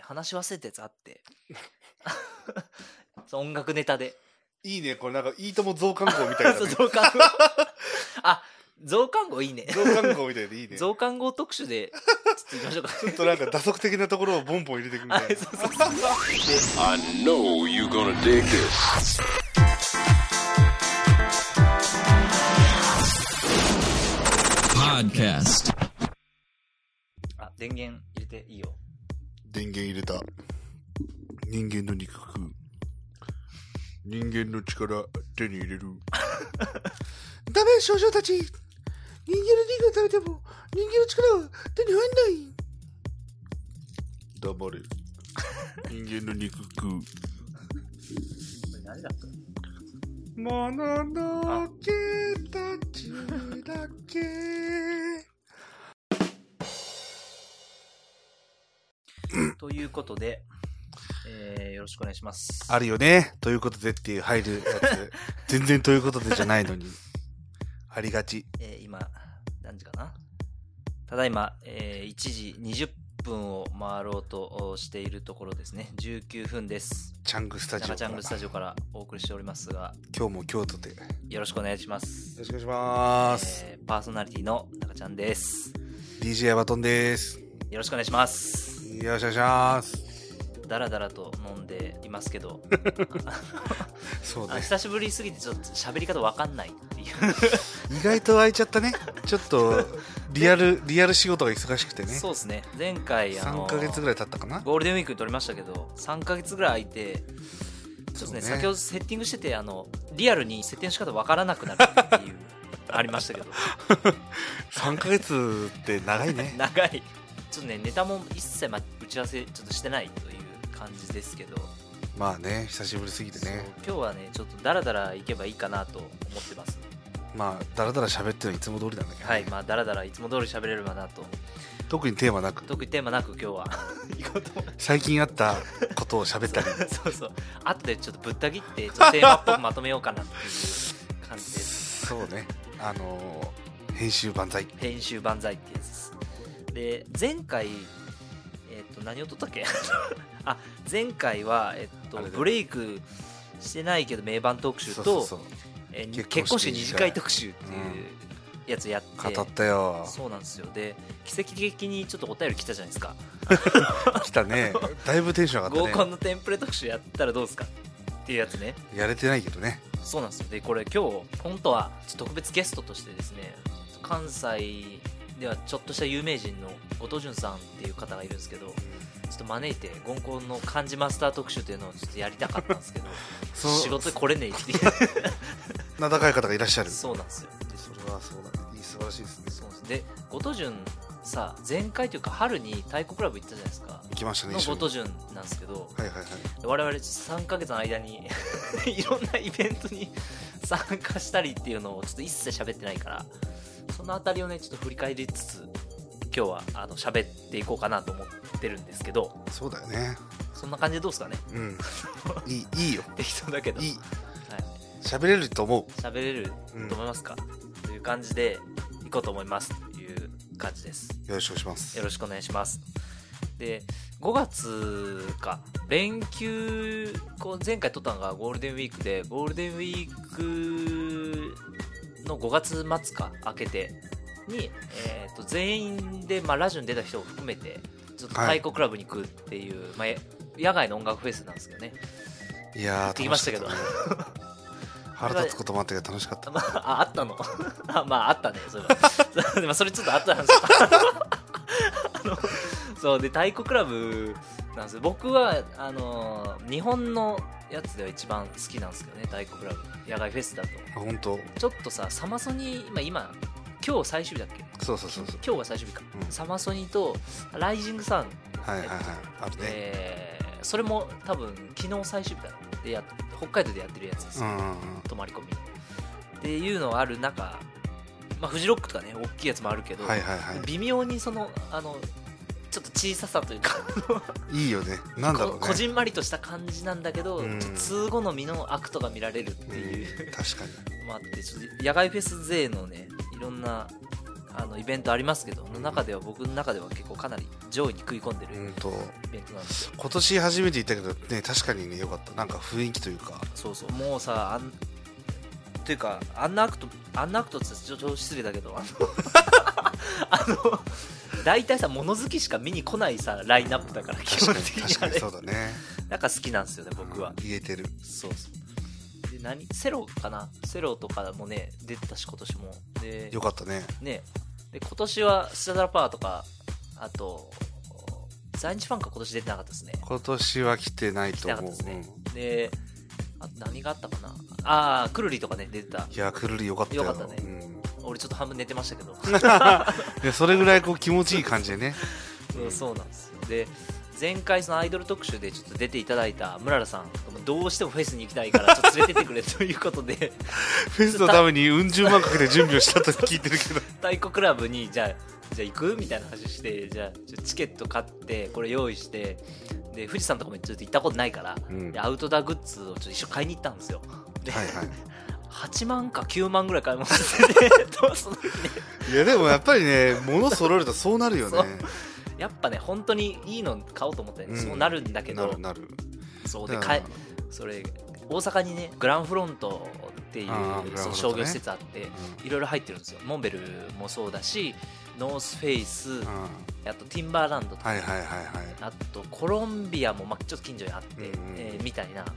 話し忘れたやつあって そう音楽ネタでいいねこれなんかいいとも増刊号みたい な、そうね、増 刊号あ増刊号いいね増刊号みたいでいいねちょ 増刊号特集でちょっと行きまし ょうかっとなんか打足的なところをボンボン入れていくみたいはないそうそうそう I know you're gonna dig this. あ電源入れていいよ電源入れた人間の肉食う人間の力手に入 れるダメ少女たち人間の肉を食べても人間の力は手に入んない 黙れ人間の肉食うこれ何だったもののけたちだけ ということで、えーよろしくお願いしますあるよねということでっていう入るや つ全然ということでじゃないのにありがちえー今何時かなただいま、えー1時20分を回ろうとしているところですね19分ですチャングスタジオ中ちかゃらんグスタジオからお送りしておりますが今日も京都でよよろしくお願いしますろしくお願いします、えーパーソナリティの中ちゃんです DJ ヤバトンですよよろしくお願いしますろしくお願いしますだらだらと飲んでいますけどそうあね久しぶりすぎてちょっと喋り方わかんないっていう意外と空いちゃったねちょっ とリアルリアル仕事が忙しくてねそうですね前回あ3のヶ月ぐらい経ったかなゴールデンウィークに撮りましたけど3ヶ月ぐらい空いてちょっとねそうね先ほどセッティングしててあのリアルに設定の仕方わからなくなるって いうありましたけど3ヶ月って長い ね長いちょっとねネタも一切ま打ち合わせちょっとしてないという感じですけど、まあね久しぶりすぎてそうね今日はねちょっとダラダラいけばいいかなと思ってますまあだらだら喋ってるのいつも通りなんだけどね、はいまあダラダラいつも通り喋れればなと特にテーマなく特にテーマなく今日は行こうと思って最近あったことを喋ったり そうそう後でちょっとぶった切って ちょっとテーマっぽくまとめようかなっていう感じ ですそうねあのー編集万歳編集万歳ってやつですで前回えっ、と何を撮ったっけ あ前回はえっ、あれとだよブレイクしてないけど名盤特集とえー結結婚婚式式二次会特集っていうやつやって、語ったよそうなんですよで奇跡的にちょっとお便り来たじゃないですか来たねだいぶテンション上が合っコたンねのテンプレ特集やったらどうですかっていうやつねやれてないけどねそうなんですよでこれ今日本当は特別ゲストとしてですね関西ではちょっとした有名人の後藤潤さんっていう方がいるんですけどちょっと招いて「ゴンコンの漢字マスター特集」というのをちょっとやりたかったんですけどそ仕の事で来れねえっていう 名高い方がいらっしゃるそうなんですよでそれはそうだねいい素晴らしいですねそうなんですで後藤潤さ前回というか春に太鼓クラブ行ったじゃないですか行きましたねの一緒後には藤潤なんですけどいはいはい我々3ヶ月の間に いろんなイベントに 参加したりっていうのをちょっと一切喋ってないからそのあたりをねちょっと振り返りつつ今日はあの喋っていこうかなと思ってるんですけどそうだよねそんな感じでどうですかね うんいいいいよ適当だけどいいはい、喋れると思う喋れると思いますか、という感じでいこうと思いますという感じですよろしくお願いしますよろしくお願いします。で、5月か、連休、こう前回撮ったのがゴールデンウィークで、ゴールデンウィークの5月末か、明けて、に、えー、と全員で、まあ、ラジオに出た人を含めて、ちょっと太鼓クラブに行くっていう、まあ、野外の音楽フェスなんですけどね。いやーってきましたけど楽かったね腹立つこともあったけど楽しかっ たまあ、ああったのあまああったねそういえば でもそれちょっとあったんですよあのそうで太鼓クラブなんですよ僕はあの日本のやつでは一番好きなんですけどね太鼓クラブ野外フェスだとあ本当ちょっとさサマソニ今今今日最終日だっけそうそうそうそう今日が最終日か、うんサマソニとライジングサン、はいはいはいあるねえーそれも多分昨日最終日だなでや北海道でやってるやつですうよ、んうん泊まり込みっていうのがある中、まあ、フジロックとかね大きいやつもあるけうど、んはいはいは微妙にそのあのちょっと小ささというかいいいよねなんだろうこねこじんまりとした感じなんだけど、うんちょっと通好みの悪とが見られるってういうん確かにのもあってちょっと野外フェス勢のねいろんなあのイベントありますけど、その中では僕の中では結構かなり上位に食い込んでうるんとイベントなんですよ。今年初めて行ったけどね確かにねよかったなんか雰囲気というかそうそう、もうさ、あんというか、あんなアクト、あんなアクトってちょっと失礼だけど、あの あの、大体さ、物好きしか見に来ないさ、ラインナップだから、基確本かに的に確あかにれそうだねなんか好きなんですよね、僕は。言えてるそうそう。で、何セロかなセロとかもね、出てたし、今年も。で、よかったねね、で今年はスタダラパーとか、あと、在日ファンクは今年出てなかったですね。今年は来てない来とてなかっ思たうですね。で、あと何があったかなああ、くるりとかね、出てたうん。いやくるりよかったよよかったねうん俺ちょっと半分寝てました けど。いやそれぐらいこう気持ちいい感じ でねそうそうなんですよ。で、前回そのアイドル特集でちょっと出ていただいたムララさん、どうしてもフェスに行きたいから、ちょっと連れてってくれということで、 フェスのためにうん十万かけて準備をしたと聞いてるけ ど太鼓クラブにじゃあじゃあ行くみたいな話してじゃあちょチケット買ってこれ用意してで富士山とかもちょっと行ったことないから、うんでアウトドアグッズをちょっと一緒に買いに行ったんですよで、はい は8万か9万ぐらい買い物してて どうすんのねいいやでもやっぱりね物揃えるとそうなるよそね うやっぱね本当にいいの買おうと思ったらね、うんそうなるんだけなどるなるそうでだかからいそれ大阪にねグランフロントっていうあーグランフロントねその商業施設あって、ういろいろ入ってるんですよモンベルもそうだしノースフェイス、んうんあとティンバーランドとかはいはいはいはいあとコロンビアも、まあ、ちょっと近所にあって、うんうんえーみたいなあの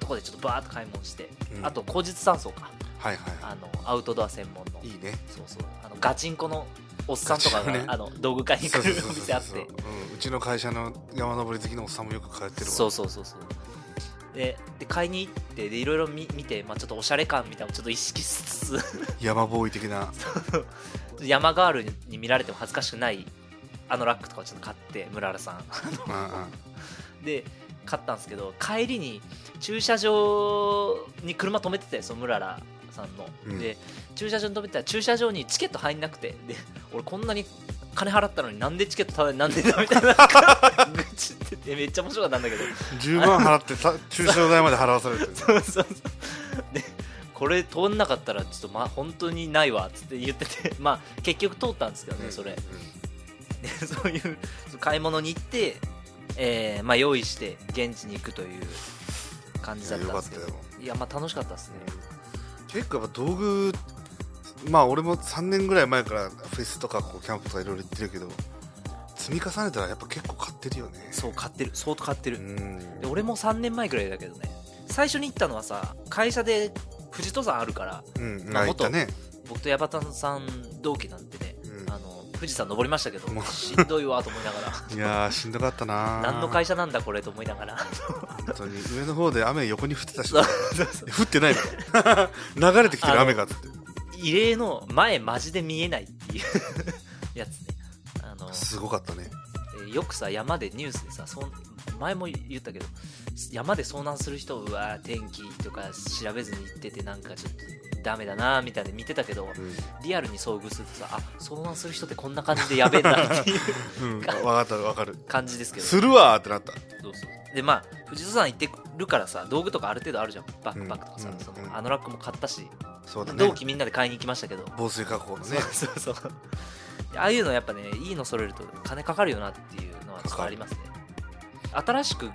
とこでちょっとバーッと買い物して、うんあと口実山荘かはいはあのアウトドア専門のいいいねそうそうあのガチンコのおっさんとかガが、チンコねあの道具買いに来るお店あっそうそうてそうそううんうちの会社の山登り好きのおっさんもよく通ってるわそうそうそうそうでで買いに行ってでいろいろ見見て、まあ、ちょっとおしゃれ感みたいなのをちょっと意識しつつ山ボーイ的な 山ガールに見られても恥ずかしくないあのラックとかをちょっと買って村原さん うんうんで買ったんですけど帰りに駐車場に車止めてたよそのムララさんの、うんで駐車場に止めてたら駐車場にチケット入んなくてで俺こんなに金払ったのになんでチケットただになんでだみたいな 愚痴っててめっちゃ面白かったんだけど10万払って た駐車場代まで払わされてるそうそうそうでこれ通んなかったらちょっとま本当にないわっつって言ってて まあ結局通ったんですけどね、 それでそういう買い物に行って、えーまあ、用意して現地に行くという感じだったんですけどいやよかったいやまあ楽しかったですね、結構やっぱ道具まあ俺も3年ぐらい前からフェスとかこうキャンプとかいろいろ行ってるけど積み重ねたらやっぱ結構買ってるよねそう買ってる相当買ってる、うんで俺も3年前くらいだけどね最初に行ったのはさ会社で富士登山あるからうんまああ言ったね僕と矢端さん同期なんてね、うんあの富士山登りましたけどもうしんどいわと思いながらいやーしんどかったなー何の会社なんだこれと思いながら本当に上の方で雨横に降ってたしそうそうそう降ってない の流れてきてる雨がっつって異例の前マジで見えない っていうやつねあのすごかったねえーよくさ山でニュースでさそん前も言ったけど山で遭難する人は天気とか調べずに行っててなんかちょっとダメだなみたいで見てたけどリアルに遭遇するとさあ遭難する人ってこんな感じでやべえんだ っていううん、分かった分かる感じですけどするわーってなったそうそうでまあ富士登山行ってるからさ道具とかある程度あるじゃんバックパックとかさ、うんそうんのあのラックも買ったし、そうだね同期みんなで買いに行きましたけど、防水加工のそうね そうそうああいうのやっぱねいいの揃えると金かかるよなっていうのはちょっとありますね新しく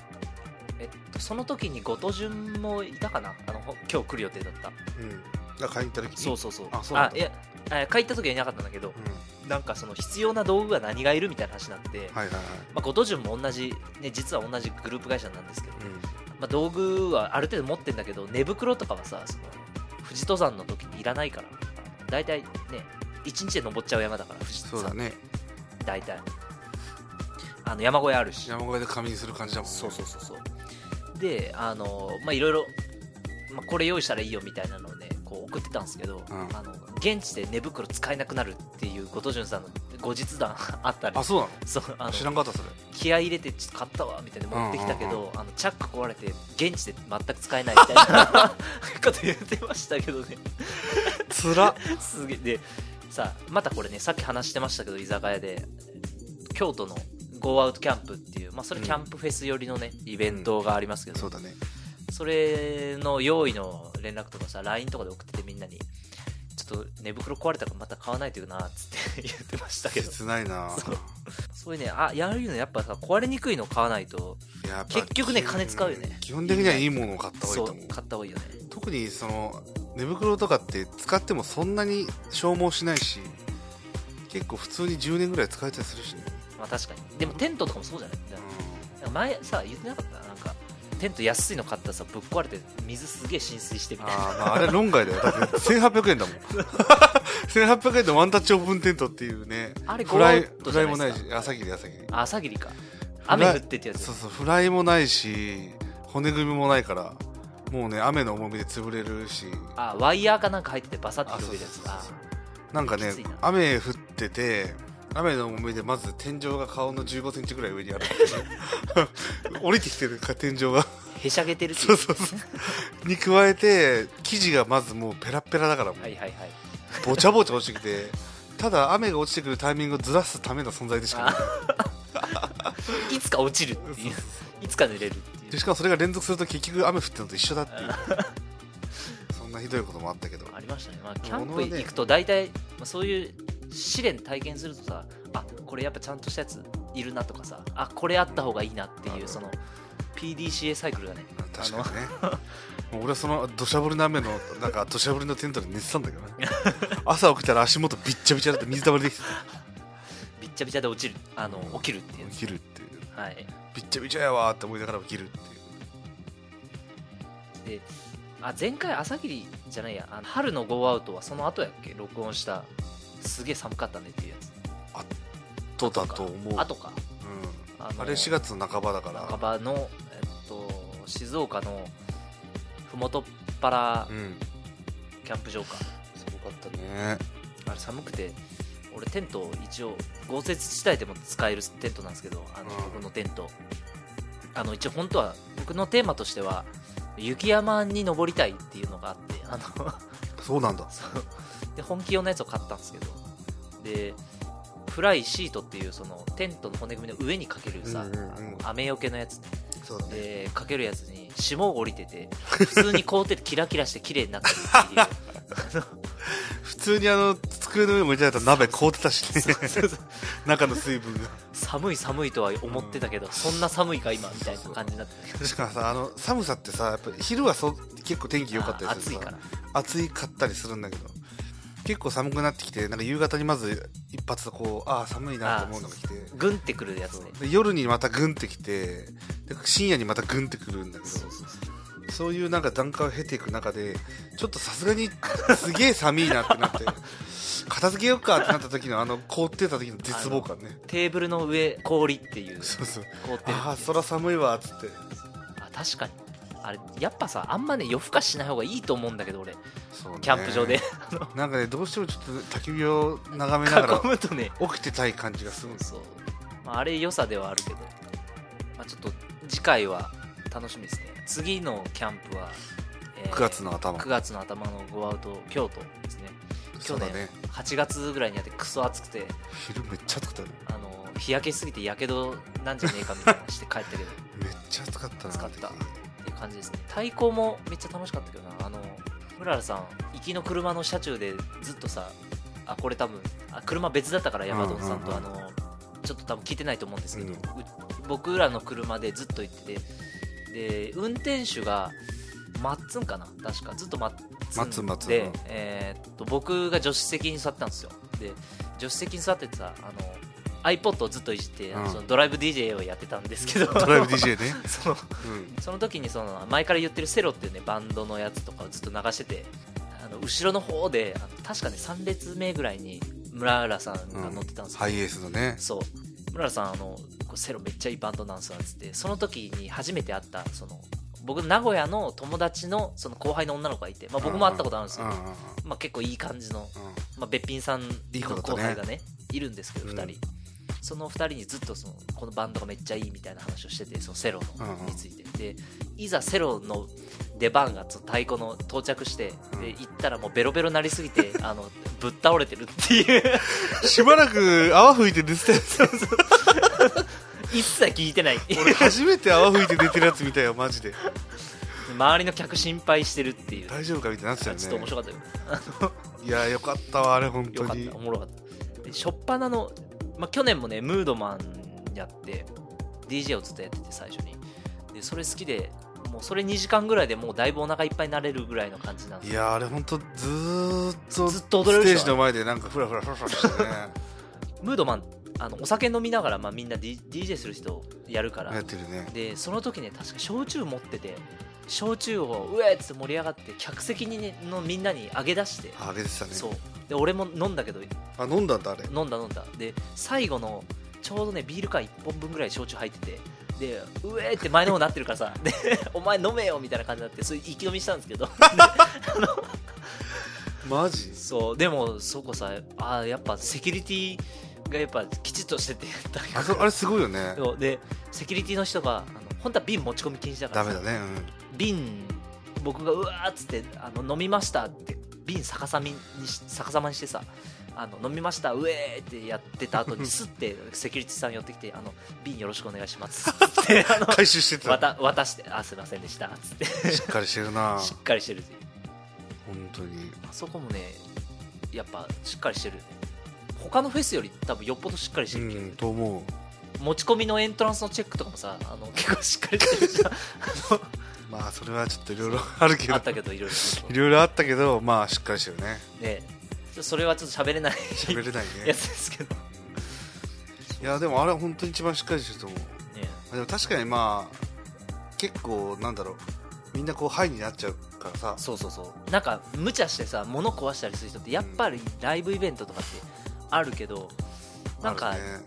えっとその時に後藤潤もいたかなあのほ今日来る予定だったうんあ買いに行った時にそうそうそうあそうなんだいやあ帰った時はいなかったんだけど、うなんかその必要な道具が何がいるみたいな話になって、ん、はいはいはい、まあ、後藤潤も同じ、ね、実は同じグループ会社なんですけど、うんまあ、道具はある程度持ってんだけど寝袋とかはさその富士登山の時にいらないから大体ね一日で登っちゃう山だから富士そう登だ山ね大体あの山小屋あるし山小屋で仮眠する感じだもんねそうそうそうそうであのまあいろいろまあこれ用意したらいいよみたいなのをねこう送ってたんですけど、うんあの現地で寝袋使えなくなるっていう後藤んさんの後日談 あったりあそうなそうあの知のらんかったそれ気合い入れてちょっと買ったわみたいな持ってきたけうんど、あのチャック壊れて現地で全く使えないみたいな こと言ってましたけどねつらすげえでさまたこれねさっき話してましたけど居酒屋で京都の Go Out キャンプっていう、まあ、それキャンプフェス寄りのね、イベントがありますけど、そうだねそれの用意の連絡とかさ LINE とかで送っててみんなにちょっちょっと寝袋壊れたからまた買わないといけなっつって 言ってましたけど切ないなそうそういうねあやるよねやっぱさ壊れにくいの買わないとやっぱ結局ね金使うよね基本的にはいいものを買った方がいそいとう思う買った方がいいよね特にその寝袋とかって使ってもそんなに消耗しないし結構普通に10年ぐらい使えたりするしね、まあ確かにでもテントとかもそうじゃないなんか前さ言ってなかったなんかテント安いの買ったらさぶっ壊れて水すげえ浸水してみあたいなあまああれ論外だよだって1800円だもん 1800円でワンタッチオープンテントっていうねあれフライゴロッとフじラゃイないでもすかないし朝霧朝霧あ朝霧か雨降ってってやつそうそうフライもないし骨組みもないからもうね雨の重みで潰れるしあワイヤーかなんか入っててバサッてあ広げるやつあなんかねきついな雨降ってて雨の重みでまず天井が顔の1 5センチぐらい上にある 降りてきてるか天井がへしゃげてるっていそううそうそうに加えて生地がまずもうペラペラだからもうはいはいはいぼちゃぼちゃ落ちてきてただ雨が落ちてくるタイミングをずらすための存在でしかない いつか落ちるっていういつか寝れるってでいうしかもそれが連続すると結局雨降ってるのと一緒だっていうそんなひどいこともあったけどありましたね、まあ、キャン物はプね行くと大体、まあ、そういう試練体験するとさあこれやっぱちゃんとしたやついるなとかさあこれあった方がいいなっていうその PDCA サイクルがね確かにねもう俺はその土砂降りの雨のなんか土砂降りのテントで寝てたんだけどね朝起きたら足元びっちゃびちゃだって水たまりできてたびっちゃびちゃで落ちるあの起きるっていうや起きるっていうつはいびっちゃびちゃやわーって思いながら起きるっていうであ前回朝霧じゃないやあの春のゴーアウトはその後やっけ録音したすげえ寒かったねっていうやつとだと思うあとかうあん、あれ4月の半ばだから半ばの、えっと、静岡のふもとっぱらうんキャンプ場か、すごかったねあれ寒くて俺テント一応豪雪地帯でも使えるテントなんですけどあの、うん僕のテントあの一応本当は僕のテーマとしては雪山に登りたいっていうのがあってあのそうなんだそうで本気用のやつを買ったんですけどでフライシートっていうそのテントの骨組みの上にかけるさ、うんうんうんあの雨よけのやつそうだでかけるやつに霜降りてて普通に凍っててキラキラして綺麗になってるっていう普通にあの机の上に置いてあった鍋凍ってたしね 中の水分が寒い寒いとは思ってたけど、そんな寒いか今みたいな感じになってたけどしかもさあの寒さってさやっぱり昼はそ結構天気良かったりするあー暑いから暑いかったりするんだけど結構寒くなってきてなんか夕方にまず一発でこうああ寒いなと思うのが来てグンってくるやつねで夜にまたグンってきてで深夜にまたグンってくるんだけどそうそうそうそういうなんか段階を経ていく中でちょっとさすがにすげえ寒いなって なって片付けようかってなった時のあの凍ってた時の絶望感ねテーブルの上氷っていうそうそう凍ってるああそら寒いわっつってあ確かにあれやっぱさあんまね夜更かししない方がいいと思うんだけど俺そうねキャンプ場で なんかねどうしてもちょっと焚き火を眺めながら囲むとね起きてたい感じがするんですそう、まあ、あれ良さではあるけど、まあ、ちょっと次回は楽しみですね次のキャンプは、えー9月の頭9月の頭のゴーアウト京都ですねそ去うだ年、ね8月ぐらいにやってクソ暑くて昼めっちゃ暑かったねあの日焼けしすぎてやけどなんじゃねえかみたいなのして帰ったけどっめっちゃ暑かったな暑かったあの時ていう感じですね対抗もめっちゃ楽しかったけどなあのムララさん行きの車の車中でずっとさあこれ多分あ車別だったから山本さんと、うんうんうんあのちょっと多分聞いてないと思うんですけど、うんう僕らの車でずっと行っててで運転手がマッツンかな確かずっとマッツンでマッツンマッツンうんえーっと僕が助手席に座ってたんですよで助手席に座っててさあの iPod をずっといじって、あのうんそのドライブ DJ をやってたんですけ どドライブ DJ ねそのうんその時にその前から言ってるセロっていうねバンドのやつとかをずっと流しててあの後ろの方であの確かね3列目ぐらいに村浦さんが乗ってたんですよ、ハイエースのねそう村原さんあのこうセロめっちゃいいバンドなんすわっつってその時に初めて会ったその僕名古屋の友達のその後輩の女の子がいて、まあ、僕も会ったことあるんですよ、ううんうんまあ、結構いい感じの、うんまあ、べっぴんさんのいい子だったね後輩がねいるんですけどうん2人、その2人にずっとそのこのバンドがめっちゃいいみたいな話をしててそのセロうんうんのについて、でいざセロの出番がその太鼓の到着して、うんで行ったらもうベロベロなりすぎ てあのぶっ倒れてるっていう しばらく泡吹いて寝てたやつ一切聞いて ない俺初めて泡吹いて寝てるやつ見たよマジ で周りの客心配してるっていう、大丈夫かみたいになってちたょっよねと面白かったよいやよかったわあれ本よ当かっにたおもろかったで初っ端の、まあ、去年もねムードマンやって DJ をずっとやってて最初にでそれ好きでもうそれ2時間ぐらいでもうだいぶお腹いっぱいになれるぐらいの感じなんいでやあれ本当ずーっとずっと踊れるスでしょテージの前でなんかフラフラフラフラしてねムードマンあのお酒飲みながら、まあ、みんな、D、DJ する人やるからやってるねでその時ね確か焼酎持ってて焼酎をうえーっつって盛り上がって客席に、ね、のみんなにあげ出してああげてたねそうで俺も飲んだけどあ飲んだんだあれ飲んだ飲んだで最後のちょうどねビール缶1本分ぐらい焼酎入っててでうえーって前の方なってるからさで お前飲めよみたいな感じになってそれ意気込みしたんですけど マジそうでもそこさあーやっぱセキュリティがやっぱきちっとしてて大あ学そあれすごいよねそうでセキュリティの人があの本当は瓶持ち込み禁止だかダらさメだね瓶僕がうわーっつってあの飲みましたって瓶逆さみにし逆さまにしてさあの飲みましたうえーってやってた後 にスッてセキュリティさん寄ってきてあの瓶よろしくお願いします ってあのうん回収してたわた渡してあすいませんでしたつってしっかりしてるなしっかりしてる本当にあそこもねやっぱしっかりしてるよね他のフェスより多分よっぽどしっかりしてうる気がするんと思う持ち込みのエントランスのチェックとかもさあの 結構しっかりしてるじ ゃんまあそれはちょっといろいろ あるけどあったけどいろいいろいろあったけどまあしっかりしてるねろねちょそれはちょっと喋れない喋れないやねつですけど、いやでもあれは本当に一番しっかりしてると思うね、あでも確かにまあ結構なんだろうみんなこうハイになっちゃうからさそうそうそうなんか無茶してさ物壊したりする人ってやっぱりライブイベントとかってあるけどなんかあるね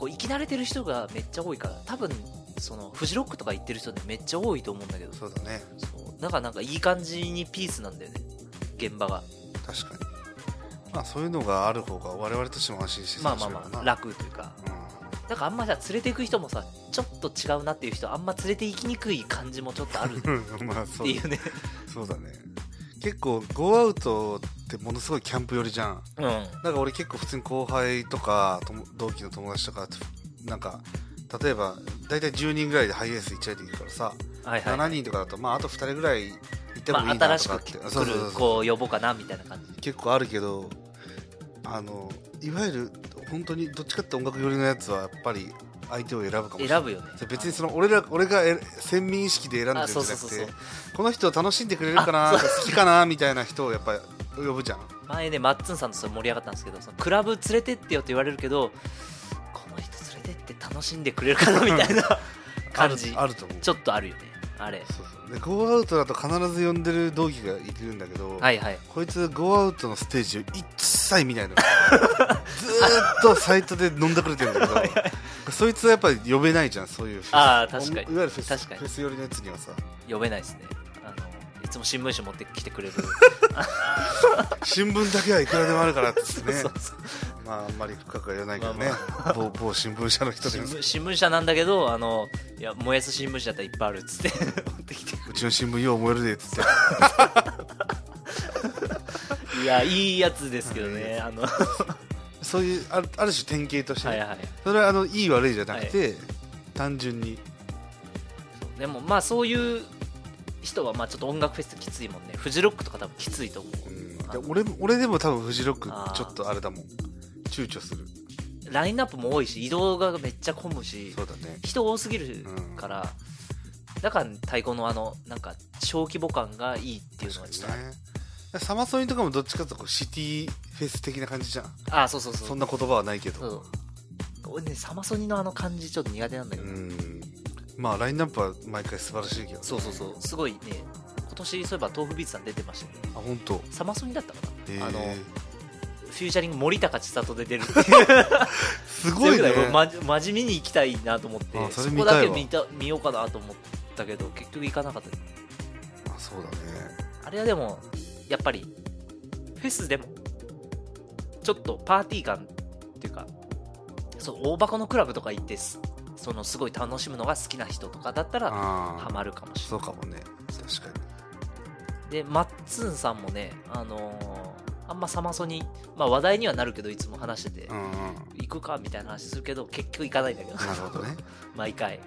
こう生き慣れてる人がめっちゃ多いから多分そのフジロックとか行ってる人ってめっちゃ多いと思うんだけどそうだねそうなんかなんかいい感じにピースなんだよね現場が確かにまあそういうのがある方が我々としても安心してまあまあまあ楽楽というかなんかあんまさ連れていく人もさちょっと違うなっていう人あんま連れて行きにくい感じもちょっとあるっうん まあそてういうねそうだね結構ゴーアウトってものすごいキャンプ寄りじゃんうんなんか俺結構普通に後輩とかとも同期の友達とかとなんか例えば大体10人ぐらいでハイエース1台で行くからさ、はいはい、 7人とかだとまああと2人ぐらい行ってもまいあいな新としかっくて、来るそうそうそうそう子呼ぼうかなみたいな感じ結構あるけどあのいわゆる本当にどっちかって音楽寄りのやつはやっぱり相手を選ぶかもしれない選ぶよね別にその俺ら俺がえ先民意識で選んでるんあじゃそうなそうそうそくうてこの人を楽しんでくれるかなあ好きかなみたいな人をやっぱ呼ぶじゃん前ねマッツンさんとそれ盛り上がったんですけどそのクラブ連れてってよって言われるけどこの人連れてって楽しんでくれるかなみたいな 感じあるあると思うちょっとあるよねあれそうそうでゴーアウトだと必ず呼んでる同期がいるんだけど、はいはいこいつゴーアウトのステージを一切見ないの ずーっとサイトで飲んでくれてるんだけどそいつはやっぱり呼べないじゃんそういうフェスあー確かにいわゆるフェス確かにフェス寄りのやつにはさ呼べないですねあのいつも新聞紙持ってきてくれ る新聞だけはいくらでもあるからっつってね そうそうまああんまり深くは言わないけどね、ま某某新聞社の人で新も聞新聞社なんだけどあのいや燃やす新聞社だったらいっぱいあるっつって 持ってきてうちの新聞よう燃えるでっつっていやいいやつですけどねあの はそういうあるある種典型として、ねいはいそれはあのいい悪いじゃなくて、単純にそうでもまあそういう人はまあちょっと音楽フェスきついもんねフジロックとか多分きついと思う、あでの俺も俺でも多分フジロックあーちょっとあれだもん躊躇するラインナップも多いし移動がめっちゃ混むしそうだね人多すぎるから、だから太鼓のあのなんか小規模感がいいっていうのはちょっとある、ねサマソニとかもどっちかというとこうシティフェス的な感じじゃんあそうそうそうそんな言葉はないけそどう俺ねサマソニのあの感じちょっと苦手なんだけうど、んまあラインナップは毎回素晴らしいけどねそうそうそうすごいね今年そういえば豆腐ビーツさん出てましたよねあ本当。サマソニだったかな、へーあのフューチャリング森高千里で出るっていうすごいねだからマジマジ見に行きたいなと思ってあそそれ見こたいわだけ見た見ようかなと思ったけど結局行かなかったあそうだねあれはでもやっぱりフェスでもちょっとパーティー感っていうかそう大箱のクラブとか行ってすそのすごい楽しむのが好きな人とかだったらあハあマるかもしれそなうかもね確かにいでマッツンさんもねあのーあんまサマソに、まあ、話題にはなるけどいつも話してて、うんうん 行くかみたいな話するけど結局行かないんだけどなるほどね毎回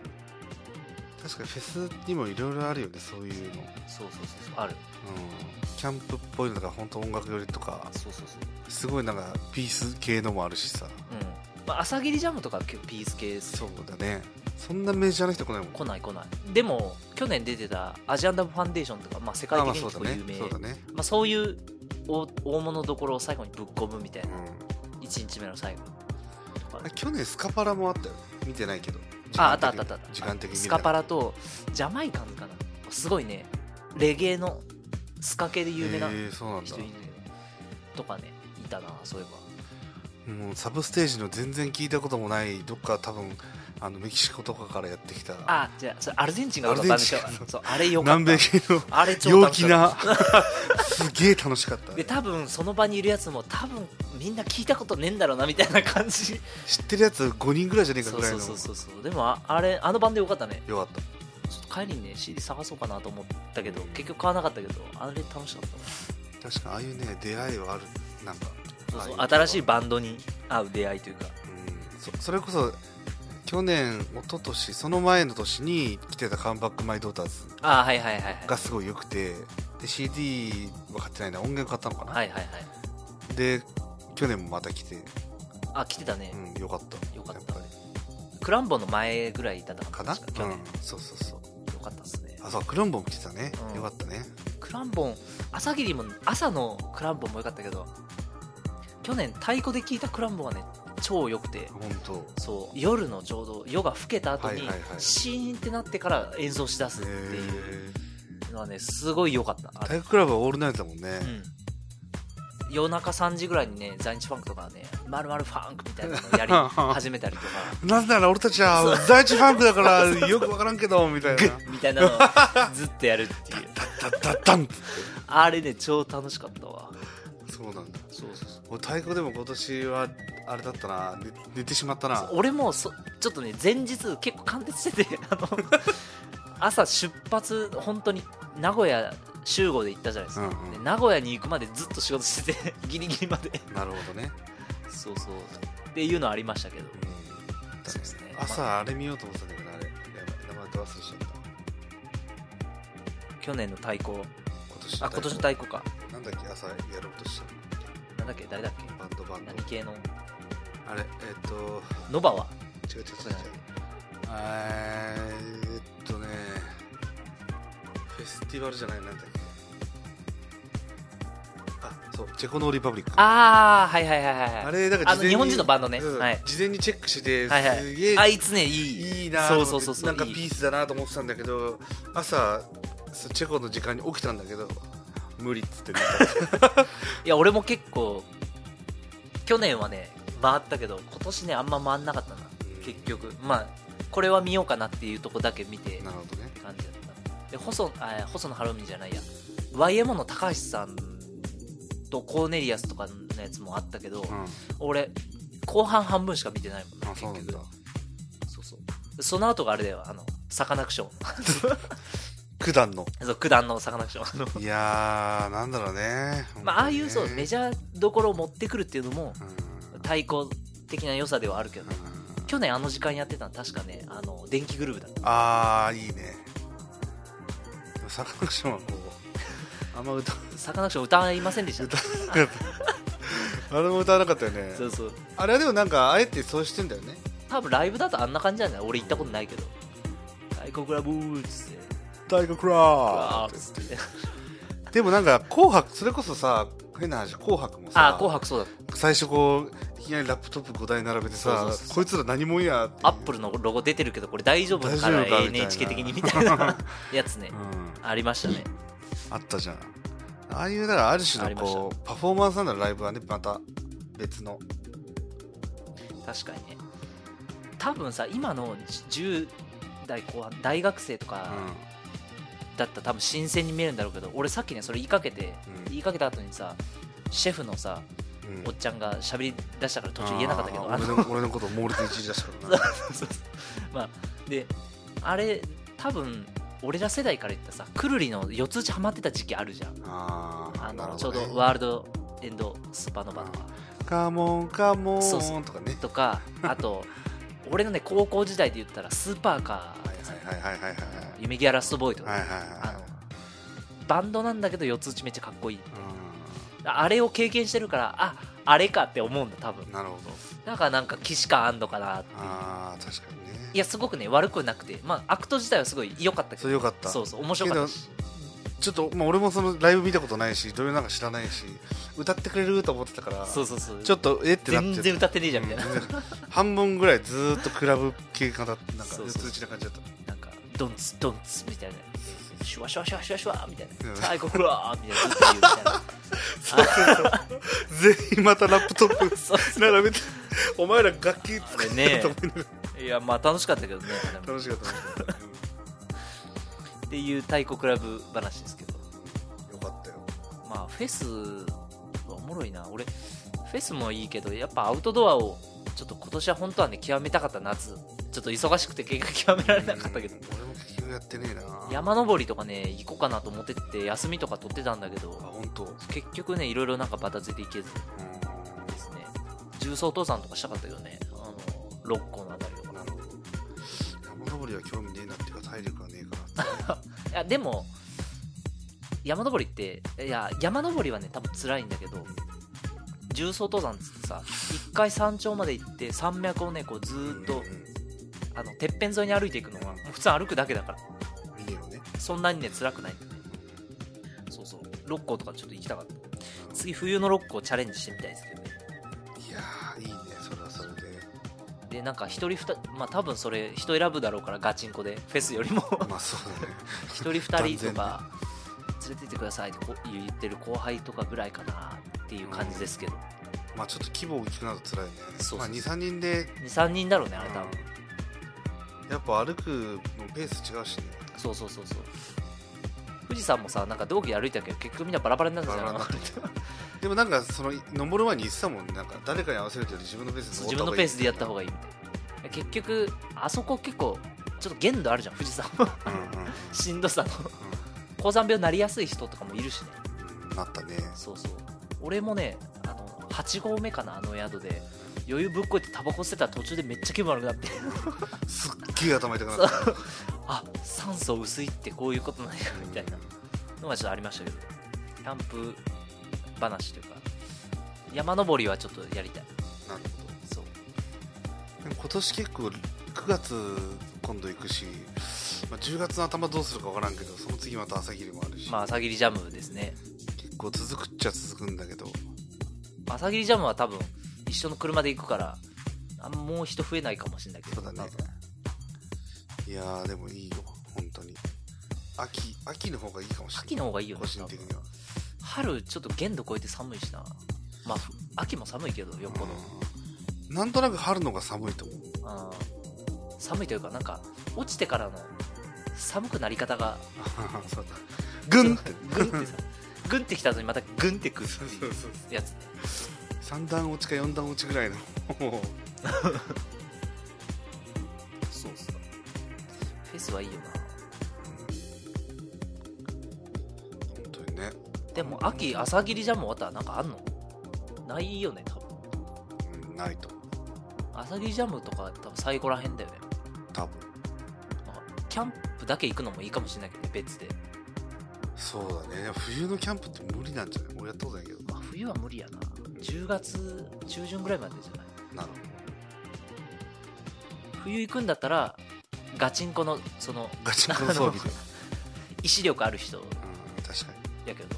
確かにフェスにもいろいろあるよねそういうの、うん、そうそうそうそうあるキャンプっぽいのだから本当音楽寄りとかそうそうそうすごいなんかピース系のもあるしさうんまあ朝霧ジャムとかは結構ピース系ですそうだねそんなメジャーな人来ないもん来ない来ないでも去年出てたアジアンダムファンデーションとか、まあ、世界あまあ的にそう結だ構ね有名そうだねまあ、そういう大大物どころを最後にぶっ込むみたいなう1日目の最後んあ去年スカパラもあったよね見てないけどああったあったあった時間的にスカパラとジャマイカンかなすごいねレゲエのスカ系で有名なえー、そうなんだ人いるのよとかねいたなそういえもうサブステージの全然聞いたこともないどっか多分あのメキシコとかからやってきたばあじゃあそれアルゼンチンが歌ったんでしょアルゼンチンそうあれよかった南米系のあれ超陽楽し気かっな すげえ楽しかったたで多分その場にいるやつも多分みんな聞いたことねえんだろうなみたいな感じ知ってるやつ5人ぐらいじゃねえかそぐうらいそのうそうそうそうでもああれあの版でよかったねよかったちょっと帰りにね CD 探そうかなと思ったけど結局買わなかったけどあれ楽しかったな確かああいうね出会いはあるなんかそうそうああい新しいバンドに会う出会いというかうんそそれこそ去年一昨年その前の年に来てた「カムバック・マイ・ドーターズああはいはいはいはい」がすごい良くてで CD は買ってないな音源買ったのかな、はいはいはいで去年もまた来てあ来てたね、うんよかったよかったやぱりクランボの前ぐらいだったかかなな確か去年、うん、そうそうそうよかったっすねあそうクロンボン来てたね、うんよかったねクランボン朝霧も朝のクランボンも良かったけど去年太鼓で聴いたクランボンはね超良くて本当そう夜のちょうど夜が更けた後に、はいはいはいシーンってなってから演奏しだすっていうえのはねすごい良かったあ体育クラブはオールナイトだもんね、うん夜中3時ぐらいにね在日ファンクとかねまるまるファンクみたいなのをやり 始めたりとかなぜなら俺たちは第一ファンクだからよくわからんけどみたい なみたいなのをずっとやるっていうダッダッダンってあれね超楽しかったわそうなんだそうそうそう俺太鼓でも今年はあれだったな寝寝てしまったな俺もそちょっとね前日結構貫徹して てあの朝出発本当に名古屋集合で行ったじゃないですか、うんうんで名古屋に行くまでずっと仕事してて ギリギリまでなるほどね、そうそうっていうのありましたけどうんそうですね朝あれ見ようと思ってたんだけどあれやばい名前と忘れちゃった去年の対抗今年のあ今年の対抗かなんだっけ朝やろうとしたのなんだっけ誰だっけバンドバンド何系のあれえっ、とノバは違う違う違う違うえー、っとねフェスティバルじゃないなんだっけあそうチェコノーリパブリックああはいはいはいはいあれだからあの日本人のバンドねうんはい事前にチェックして、はいはいすげえあいつねいいいいなとそ思うってそうそうそうなんかいピいースだなと思ってたんだけど朝そうチェコの時間に起きたんだけど無理っつって寝 たいや俺も結構去年はね回ったけど今年ねあんま回んなかったなうん結局まあこれは見ようかなっていうとこだけ見てってなるほどね感じだったで細あえー細野晴臣じゃないや YMO の高橋さんとコーネリアスとかのやつもあったけど、う俺後半半分しか見てないもんんあそうなんだそうそうその後があれだよあのサカナクション 九段のそう九段のサカナクションあのいやーなんだろうねまあああいうそうメねジャーどころを持ってくるっていうのもうん対抗的な良さではあるけどうん去年あの時間やってたの確かねあの電気グルーヴだったあーいいねでもサカナクションはこ うあんま歌わサカナクション歌いませんでした歌わなかったあれも歌わなかったよねそうそうあれはでもなんかあえてそうしてんだよね多分ライブだとあんな感じじゃない俺行ったことないけど太鼓クラブーっつって太鼓クうラわーーっつってでもなんか紅白それこそさ変な話紅白もさあー紅白そうだ最初こういきなりラップトップ5台並べてそうさそうそうそうこいつら何もんやっていうアップルのロゴ出てるけどこれ大丈夫か大ら丈夫かみたいな NHK 的にみたいなやつねうんありましたねあったじゃんああいうだからあるあ種りのましたこうパフォーマンスなんだろうライブはねまた別の確かにね多分さ今の10代後半大学生とうかんだったら多分新鮮に見えるんだろうけど俺さっきねそれ言いかけて、うん言いかけた後にさシェフのさうんおっちゃんが喋り出したから途中言えなかったけどああーの俺の俺のことを猛烈に一時出したからなそうそうまあであれ多分俺ら世代から言ったらさくるりの四つ打ちハマってた時期あるじゃんあーあなのるほちょどうねどワールドエンドスーパーノバとかカモンカモそうそンとかねとかあと俺のね高校時代で言ったらスーパーカはいはいはいはいはいはい夢ギアラストボーイとか、はいはいはいあのバンドなんだけど四つ打ちめっちゃかっこいいうんああれを経験してるからああれかって思うんだ多分なるほどだからなんか既視感あんのかなってあー確かにねいやすごくね悪くなくてまあアクト自体はすごい良かったけそどれよかったそうそう面白かったしちょっと、まあ、俺もそのライブ見たことないしどういうなんか知らないし歌ってくれると思ってたからそうそうそうちょっとえってなって全然歌ってねえじゃんみたいな、うん全然半分ぐらいずーっとクラブ系かななんかそうそう通知な感じだったなんかドンツドンツみたいなシュワシュワシュワシュワシュワみたいうんな最後フワーみたいなずっと言うみたいな 全員またラップトッ プそうそ並べてお前ら楽器使ってたと思い ながらういやまあ楽しかったけどねでも楽しかった楽しかったっていう太鼓クラブ話ですけどうんよかったよまあフェスはおもろいな俺フェスもいいけどやっぱアウトドアをちょっと今年は本当はね極めたかった夏ちょっと忙しくて結果極められなかったけどうん俺も結局やってねえな山登りとかね行こうかなと思ってて休みとか取ってたんだけあど本当。うん結局ねいろいろなんかバタついていけずですね重曹登山とかしたかったけどねあの六甲のあたりとかなるほど山登りは興味ねえなっていうか体力はねえかなっていやでも山登りっていや山登りはね多分辛いんだけど重曹登山っつってさ一回山頂まで行って山脈をねこうずーっうんとうんうんあのてっぺん沿いに歩いていくのは普通歩くだけだからミニのねそんなにね辛くないんだよねそうそう六甲とかちょっと行きたかった次冬の六甲チャレンジしてみたいですけどねいやーいいねそれ はそれででなんか一人二人まあ多分それ人選ぶだろうからガチンコでフェスよりもまあそうだね一人二人とか連れてってくださいってこう言ってる後輩とかぐらいかなっていう感じですけど、まあちょっと規模大きくなると辛いねそうそうそうまあ23人で23人だろうねあれ多分、うんやっぱ歩くのペース違うしねそうそうそうそう富士山もさなんか同期で歩いたけど結局みんなバラバラになったじゃバラんバラに でもなんかその登る前に言ってたもんなんか誰かに合わせるというより自分のペースで自分のペースでやった方がいがいいみたいな結局あそこ結構ちょっと限度あるじゃん富士山も いうんうんしんどさの高山病になりやすい人とかもいるしねうんなったねそうそう俺もねあの8合目かなあの宿で余裕ぶっこいてタバコ捨てたら途中でめっちゃ気分悪くなってすっげえ頭痛くなったあ酸素薄いってこういうことなんやうんみたいなのがちょっとありましたけどキャンプ話というか山登りはちょっとやりたいなるほどそうでも今年結構9月今度行くし、まあ、10月の頭どうするか分からんけどその次また朝霧もあるし、まあ朝霧ジャムですね結構続くっちゃ続くんだけど朝霧ジャムは多分一緒の車で行くからあんもう人増えないかもしれないけどそうだね多分いやーでもいいよ本当に秋秋の方がいいかもしれない秋の方がいいよね個人的には春ちょっと限度超えて寒いしなまあふ秋も寒いけどよっぽどうんなんとなく春の方が寒いと 思ううん寒いというかなんか落ちてからの寒くなり方がそうだぐんっっててグンってさグンってきた後にまたグンってくるってそうそういうやつ3段落ちか4段落ちぐらいのもそうっすねフェスはいいよなう本当にねでも秋朝霧ジャム終わったらなんかあんのないよね多分うんないと思う朝霧ジャムとか多分最後らへんだよね多分なんかキャンプだけ行くのもいいかもしれないけどね別でそうだね冬のキャンプって無理なんじゃない俺やったことないけどまあ冬は無理やな10月中旬ぐらいまでじゃないなる冬行くんだったらガチンコのそのガチンコの装備で、意志力ある人うん、確かやけど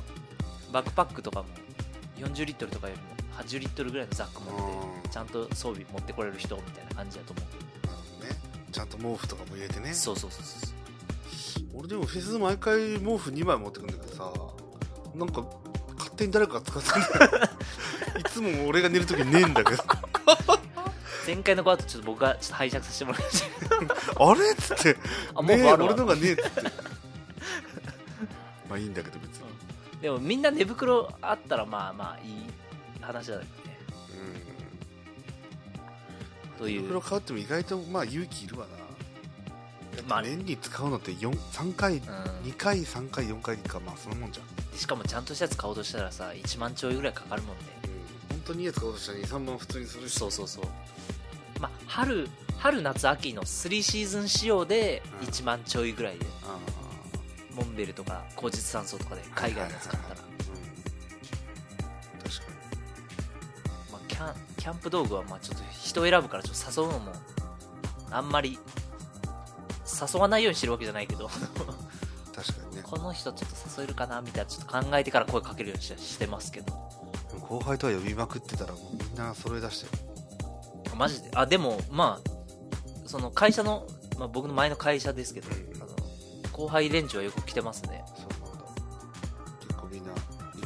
バックパックとかも40リットルとかよりも80リットルぐらいのザックに持うってんちゃんと装備持ってこれる人みたいな感じだと思うけどなるほどねちゃんと毛布とかも入れてねそうそうそうそう俺でもフェス毎回毛布2枚持ってくんだけどさなんか勝手に誰かが使ってんだよ いつも俺が寝るときねえんだけど前回の子だとちょっと僕がちょっと拝借させてもらいましたあれっつってあもうねえある俺わのがねえっつってまあいいんだけど別にでもみんな寝袋あったらまあまあいい話だよねうんという袋買うっても意外とまあ勇気いるわまなあ年に使うのって4 3う回ん2回3回4回かまあそのもんじゃん、しかもちゃんとしたやつ買おうとしたらさ1万ちょいぐらいかかるもんね本当にいいやつ買おうとしたら23万普通にするしそうそうそうまあ春春夏秋の3シーズン仕様でうん1万ちょいぐらいで、あモンベルとか口実酸素とかでー海外のやつ買ったら、うん確かまあ、キャンキャンプ道具はまあちょっと人選ぶからちょっと誘うのもあんまり誘わないようにしてるわけじゃないけ どに確かにねこの人ちょっと誘えるかなみたいなちょっと考えてから声かけるようにししてますけど後輩とは呼びまくってたらもうみんな揃え出してるマジであでもまあその会社の、まあ、僕の前の会社ですけどうんあの後輩連中はよく来てますねそうなんだ結構みんな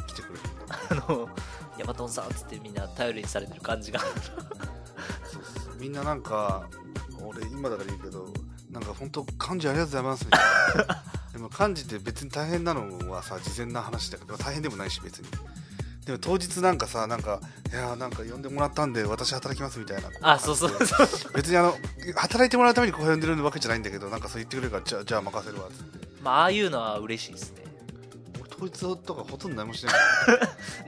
来てくれるんだあのヤマトンさんっつってみんな頼りにされてる感じ がそう そうみんななんか俺今だからいいけどなんか本当漢字ありがとうございますみた いなでも漢字って別に大変なのはさ事前な話だけど大変でもないし別にでも当日なんかさなんかいやーなんか呼んでもらったんで私働きますみたいなあそうそうそう別にあの働いてもらうためにこう呼んでるわけじゃないんだけどなんかそう言ってくれるからじゃあじゃあ任せるわっつってまあああいうのは嬉しいですね俺当日とかほとんど何もしてない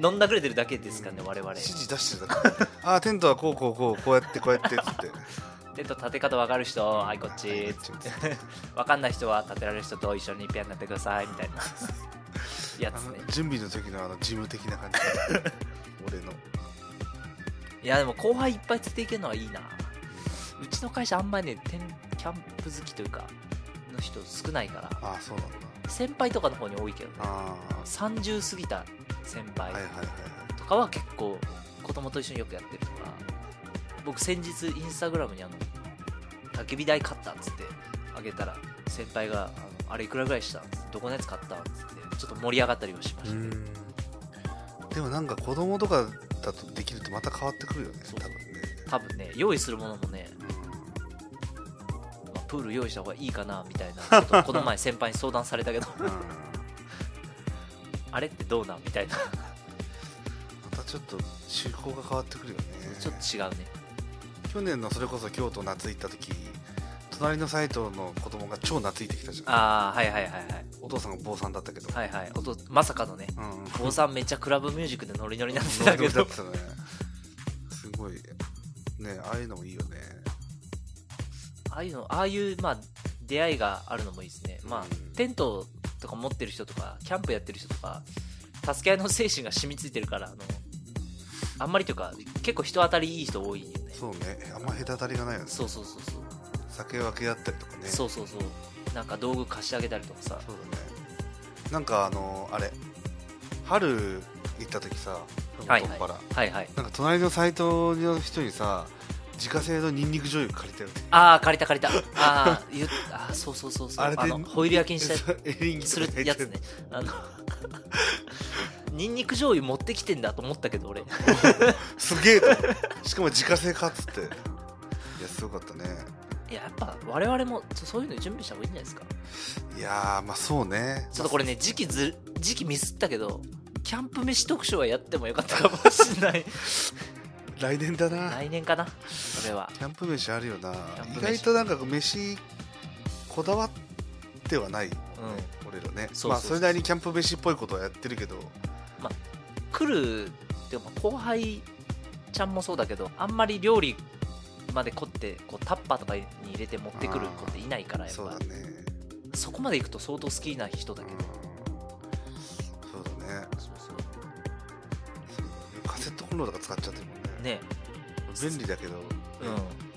飲んだくれてるだけですからね我々指示出してるだけああテントはこうこうこうこうやってこうやってっつってテント立て方分かる人はいこっちはいこっちつって分かんない人は立てられる人と一緒にペアになってくださいみたい なやあつねの準備の時のあの事務的な感じ俺のいやでも後輩いっぱい連れていけるのはいいなうちの会社あんまりねテンキャンプ好きというかの人少ないからああそうなんだ先輩とかの方に多いけどねあ30過ぎた先あは輩いはいはいはいとかは結構子供と一緒によくやってるとか僕先日インスタグラムにあの焚き火台買ったっつってあげたら先輩があの「あれいくらぐらいした?」っつってどこのやつ買った?」っつってちょっと盛り上がったりをしました、ねでもなんか子供とかだとできるとまた変わってくるよねそう多分ね多分ね用意するものもね、まあプール用意した方がいいかなみたいなことをこの前先輩に相談されたけど うんまあれってどうなんみたいなたちょっと趣向が変わってくるよねちょっと違うね去年のそれこそ京都夏行った時隣の斎藤の子供が超懐いてきたじゃんああはいはいはいはいお父さんが坊さんだったけど、はいはいおとまさかのねうん坊さんめっちゃクラブミュージックでノリノリになって だたけ どったねすごいねああいうのもいいよねああいうの、ああいう、まあ、出会いがあるのもいいですね。まあ、うんテントとか持ってる人とか、キャンプやってる人とか、助け合いの精神が染みついてるから、あの、あんまりというか、結構人当たりいい人多いよね。そうねあんま隔たりがないよねそうそうそうそう。酒分け合ったりとかねそうそうそう。なんか道具貸してあげたりとかさ。そうだねなんかあのあれ春行った時さはい太っ腹はいはい。なんか隣の斎藤の人にさ自家製のニンニク醤油借りたよねああ、借りた借りた。ああ、言っあーそうそうそうそう。あれあでの、ホイル焼きにしたそうエリンギすとかる入ってやつね。あ の、ニンニク醤油持ってきてんだと思ったけど、俺。すげえと思ってしかも自家製かっつっていやすごかったねいややっぱ我々もちょそういうの準備した方がいいんじゃないですかいやーまあそうねちょっとこれね時期ず時期ミスったけどキャンプ飯特集はやってもよかったかもしれない来年だな来年かなそれはキャンプ飯あるよなキャン意プ飯外となんか飯こだわってはないもんね、俺らねそうそうそうまあそれなりにキャンプ飯っぽいことはやってるけど来るでも後輩ちゃんもそうだけどあんまり料理まで凝ってこうタッパーとかに入れて持ってくる子っていないからやっそうぱだそ,、ねこまで行くと相当好きな人だうんけど、そうだねそうそカセットコンロとか使っちゃってるもんうねね便利だけど、うん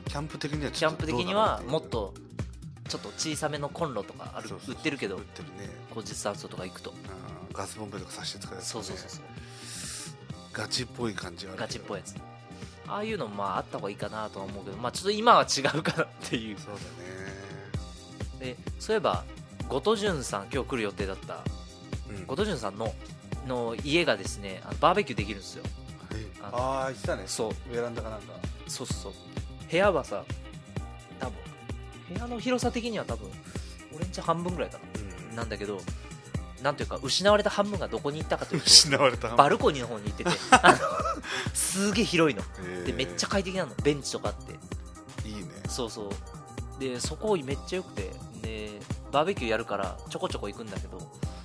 キャンプ的にはキちょャっンとプど的うになのはっていうもっとちょっと小さめのコンロとかあるそうそうそう売ってるけど売ってるね後日酸素とか行くとうんガスボンベとかさして使うやつ、ね、そうそうそうそうガチっぽい感じはあるガチっぽいいやつああいうのもまああった方がいいかなとは思うけどまあちょっと今は違うかなっていうそうだでそういえば後藤潤さん今日来る予定だったねうん後藤潤さんのの家がですねあのバーベキューできるんですよあのああ言ってたねそうベランダかなんかそうそうそう部屋はさ多分部屋の広さ的には多分俺んち半分ぐらいかうんななんだけどなんというか失われた半分がどこに行ったかというと 失われたバルコニーの方に行っててあのすげえ広いのでめっちゃ快適なのベンチとかあっていいねそうそうでそこめっちゃ良くてでバーベキューやるからちょこちょこ行くんだけど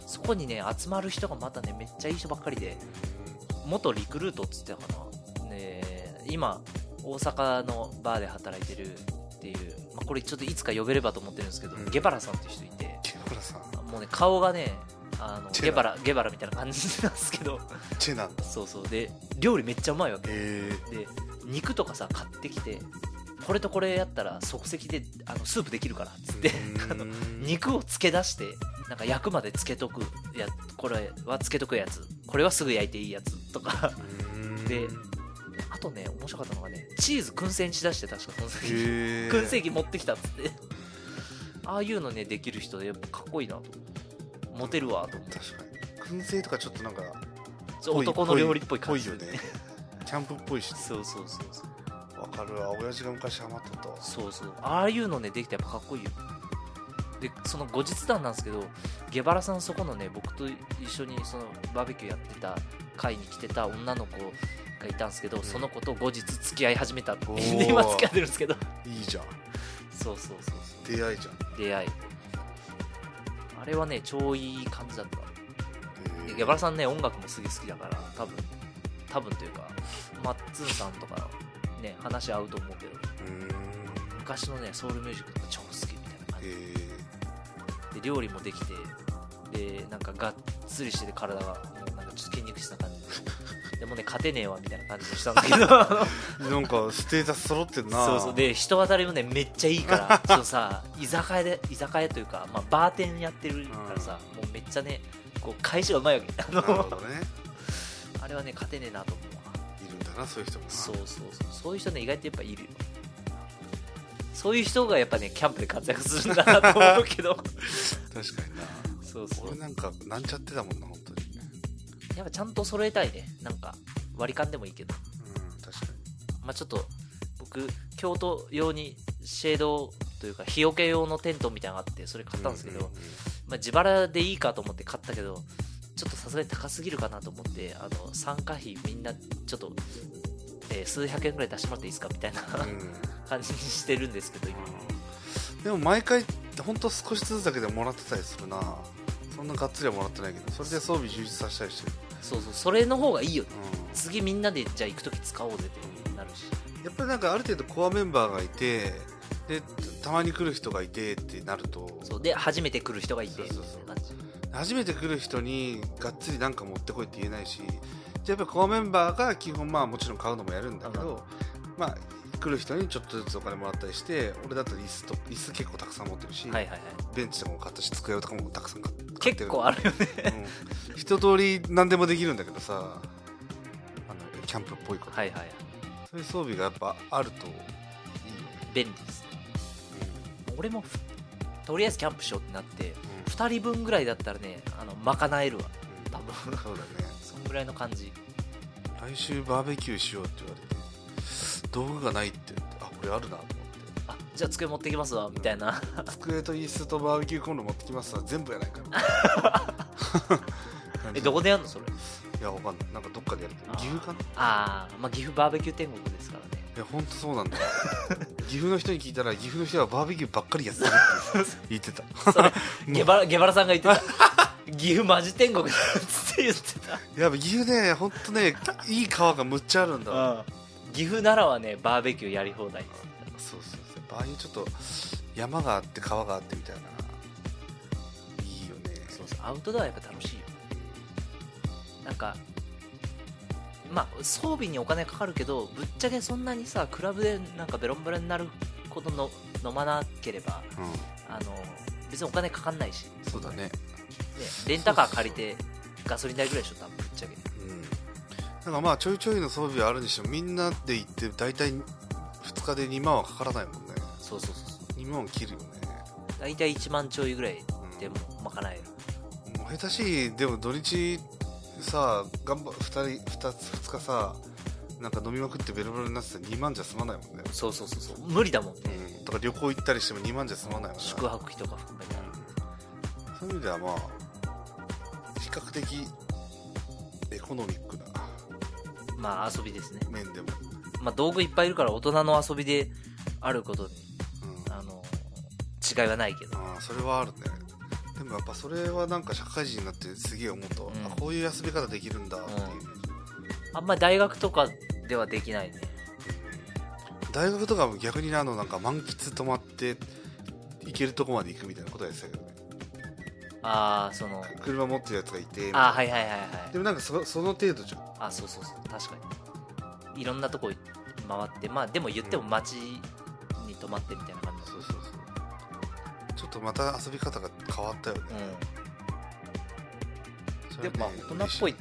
そこにね集まる人がまたねめっちゃいい人ばっかりで元リクルートっつってたかなね今大阪のバーで働いてるっていう、まあ、これちょっといつか呼べればと思ってるんですけど、うんゲバラさんっていう人いてケンブラさんもうね顔がねあのチェゲラバラゲバラみたいな感じなんですけ どチェなんだそうそうで料理めっちゃうまいわけえで肉とかさ買ってきてこれとこれやったら即席であのスープできるからっつってー、あの肉を漬け出してなんか焼くまで漬けとくやこれは漬けとくやつこれはすぐ焼いていいやつとかで あとね面白かったのがねチーズ燻製にしだして確かその時、え燻製機持ってきたっつってああいうのねできる人でやっぱかっこいいなとモテるわと思って確かに燻製とかちょっとなんかちょ男の料理っぽい感じぽい よねキャンプっぽいしそうそうそうそうわかるわ親父が昔ハマってたわそうそうああいうのねできてやっぱかっこいいよでその後日談なんですけどゲバラさんそこのね僕と一緒にそのバーベキューやってた会に来てた女の子がいたんですけど、んその子と後日付き合い始めたっておいうーで今付き合ってるんですけどいいじゃんそうそうそうそう出会いじゃん出会いあれはね超いい感じだったえでーギャバラさんね音楽もすげえ好きだから多分多分というかマッツンさんとかね話し合うと思うけどうーん昔のねソウルミュージックが超好きみたいな感えじーで料理もできてでなんかがっつりしてて体がもうなんかちょっと筋肉質な感じででもね勝てねえわみたいな感じもしたん だけどなんかステータス揃ってんな そうそうで人当たりもねめっちゃいいからちょっとさ居酒屋で居酒屋というか、まあ、バーテンやってるからさ、もうめっちゃねこう返しがうまいわけあなるのほどね あれはね勝てねえなと思うわいるんだなそういう人もなそうそうそうそういう人ね意外とやっぱいるよそういう人がやっぱねキャンプで活躍するんだなと思うけ ど確かになそうそう俺なんかなんちゃってだもんな本当にやっぱちゃんと揃えたいねなんか割り勘でもいいけどうん確かまあちょっと僕京都用にシェードというか日よけ用のテントみたいなのがあってそれ買にったんですけど、ううまあ、自腹でいいかと思って買ったけどちょっとさすがに高すぎるかなと思ってあの参加費みんなちょっと、えー数百円ぐらい出してもらっていいですかみたいな うんうん感じにしてるんですけど今でも毎回ほんと少しずつだけでもらってたりするなそんながっつりはもらってないけどそれで装備充実させたりしてる、そうそうそれの方がいいよう次みんなでじゃあ行く時使おうぜってなるしん、やっぱりなんかある程度コアメンバーがいてでたまに来る人がいてってなるとそうで初めて来る人がいてそうそうそうみたいな感初めて来る人にがっつりなんか持ってこいって言えないしじゃあやっぱコアメンバーが基本まあもちろん買うのもやるんだけど、まあ来る人にちょっとずつお金もらったりして俺だったら椅子と椅子結構たくさん持ってるし、じはいはいはいベンチとかも買ったし机とかもたくさん買って結構あるよねうん一通り何でもできるんだけどさあのキャンプっぽいこと、はいはいはいそういう装備がやっぱあるといいよね、便利です俺もふとりあえずキャンプしようってなってうんうん2人分ぐらいだったらねあの賄えるわ多分うんそうだねそんぐらいの感じ来週バーベキューしようって言われて道具がないって言ってあこれあるなと思っあじゃあ机持ってきますわみたいなて机と椅子とバーベキューコンロ持ってきますわ全部やないかみたい なえどこでやんのそれいやわかんないなんかどっかでやるあー岐阜かないああまあ岐阜バーベキュー天国ですからねやほんとそうなん だよ岐阜の人に聞いたら岐阜の人はバーベキューばっかりやってるって言ってたそれゲバラゲバラさんが言ってた 岐阜マジ天国だっつって言ってたやっぱ岐阜ねほんとねいい川がむっちゃあるんだわ岐阜ならはねバーベキューやり放題ですそうそうそうああいうちょっと山があって川があってみたいないいよねそうそうアウトドアやっぱ楽しいよなんかまあ装備にお金かかるけどぶっちゃけそんなにさクラブでなんかベロンベロンになることの飲まなければうんあの別にお金かかんないし、ね、そうだねレンタカー借りてガソリン代ぐらいでしょ多分ぶっちゃけうんなんかまあちょいちょいの装備はあるにしてもみんなで行って大体2日で2万はかからないもんねそうそうそうそう2万切るよね大体1万ちょいぐらいでも賄える、もう下手しいでも土日さ頑張2人 2, つ2日さなんか飲みまくってベロベロになってたら2万じゃ済まないもんね、そうそうそうそう無理だもんね、うん、とか旅行行ったりしても2万じゃ済まないもんね宿泊費とか含めたらうんそういう意味ではまあ比較的エコノミックなまあ遊びですね面でも、まあ、道具いっぱいいるから大人の遊びであることにうん、あの違いはないけどああそれはあるねでもやっぱそれはなんか社会人になってすげえ思うと、うんあこういう遊び方できるんだっていう、あんまり大学とかではできないねう大学とかも逆にあのなんか満喫泊まって行けるとこまで行くみたいなことやってたけどねああその車持ってるやつがいてあーはいはいはいではいもなんかそその程度じゃんあそうそうそう確かにいろんなとこ回ってまあでも言っても街に泊まってみたいな感じそうそうそうちょっとまた遊び方が変わったよね、うんでもまあ大人っぽい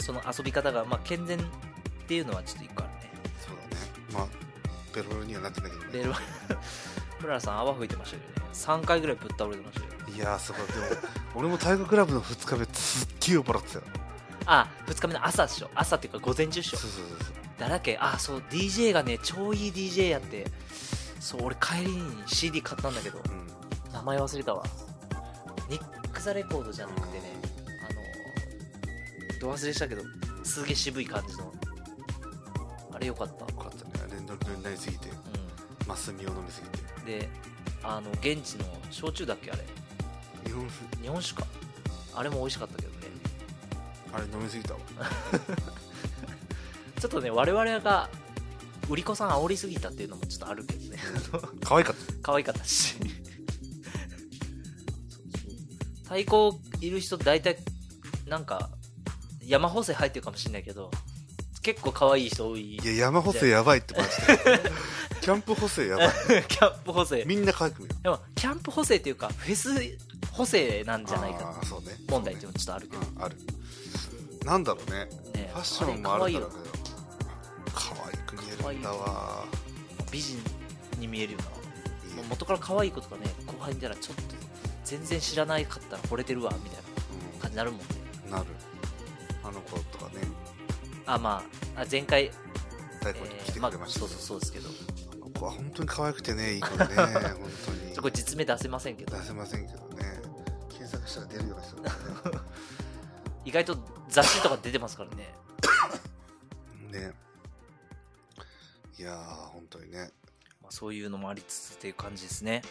その遊び方がまあ健全っていうのはちょっと一個あるねそうだねまあベロベロにはなってないけどねベ ルバプララさん泡吹いてましたよね3回ぐらいぶっ倒れてましたよいやーすごいでも俺も体育クラブの2日目すっげえ酔っ払ってたよあ2日目の朝っしょ朝っていうか午前中っしょそうそうそうそうだらけあそう DJ がね超いい DJ やってそう俺帰りに CD 買ったんだけどうん名前忘れたわニック・ザ・レコードじゃなくてねあのど忘れしたけどすげえ渋い感じのあれよかったよかったね連続になりすぎてうマスミを飲みすぎてんであの現地の焼酎だっけあれ日本酒日本酒かあれも美味しかったけどねあれ飲みすぎたわちょっとね我々が売り子さん煽りすぎたっていうのもちょっとあるけどね可愛かった可愛かったし太鼓いる人大体なんか山補正入ってるかもしれないけど結構可愛い人多 いいや山補正やばいってマジで キャンプ補正やばいキャンプ補正みんな可愛く見えるでもキャンプ補正っていうかフェス補正なんじゃないかあーそうね問題っていうのもちょっとあるけうどんあるなんだろうねねファッションもあるからだあれけど可愛く見えるんだわ美人に見えるよいいなねもう元から可愛い子とかね後輩見たらちょっと全然知らないかったら惚れてるわみたいな感じになるもんねうんなるあの子とかねあまああ前回、太え鼓に来てまくあれましたそうけそうどそうですけどあの子は本当に可愛くてねいい子で ね本当にそこれ実名出せませんけど出せませんけどね検索したら出るような人だか意外と雑誌とか出てますからねら ねねいやー本当にねまあそういうのもありつつっていう感じですね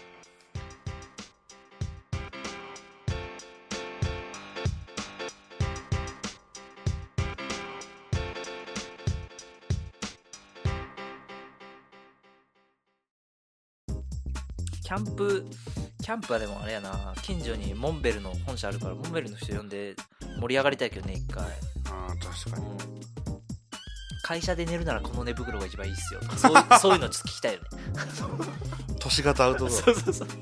キャンプキャンプはでもあれやな近所にモンベルの本社あるからモンベルの人呼んで盛り上がりたいけどね一回ああ確かに会社で寝るならこの寝袋が一番いいっ すよとかそういうそういうのちょっと聞きたいよね都市型アウトドそアうそうそうだ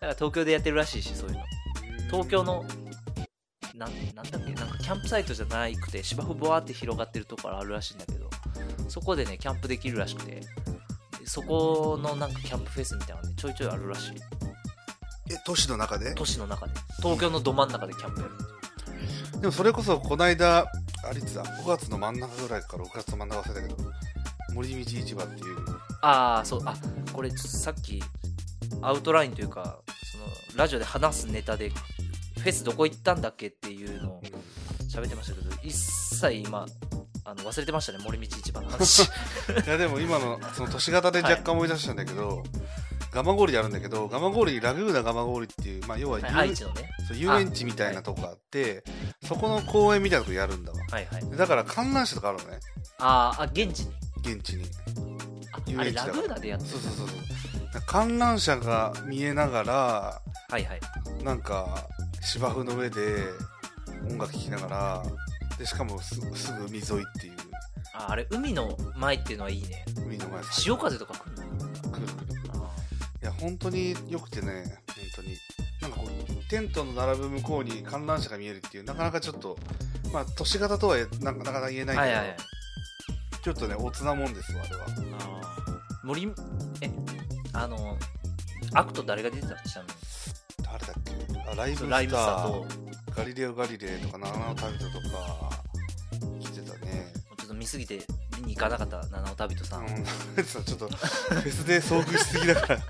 から東京でやってるらしいしそういうの東京のなんなんだっけなんかキャンプサイトじゃなくて芝生ボワーって広がってるところあるらしいんだけどそこでねキャンプできるらしくてそこのなんかキャンプフェスみたいなのねちょいちょいあるらしいえ都市の中で都市の中で東京のど真ん中でキャンプやるでもそれこそこの間あれつだ5月の真ん中ぐらいから6月の真ん中忘れたけど森道市場っていうああそうあこれちょっとさっきアウトラインというかそのラジオで話すネタでフェスどこ行ったんだっけっていうのを喋ってましたけど一切今あの忘れてましたね森道市場の 話いやでも今のその都市型で若干思い出したんだけど、蒲郡であるんだけど蒲郡にラグーナ蒲郡っていう、まあ、要は遊,、はい愛知のねそう遊園地みたいなとこがあってそこの公園みたいなとこやるんだわはいはいでだから観覧車とかあるのねあーあ現地に現地にああ遊れ園地だラからグーナでやってるそうそうそうそう観覧車が見えながらはいはいなんか芝生の上で音楽聴きながらでしかもすすぐ海沿いっていうああれ海の前っていうのはいいね海の前潮風とか来るのくるくるくるあいや本当に良くてね本当になんかこうテントの並ぶ向こうに観覧車が見えるっていうなかなかちょっとまあ都市型とはななかなか言えなーいけど、はいはいはいちょっとねおつなもんですわあれはあー森えあのアクト誰が出てたのちなみに誰だっけあライブスタライブスターーとガリレオ・ガリレイとかナナの旅人とか来てたねちょっと見すぎて見に行かなかった七尾旅人さん、うん、ちょっとフェスで遭遇しすぎだ から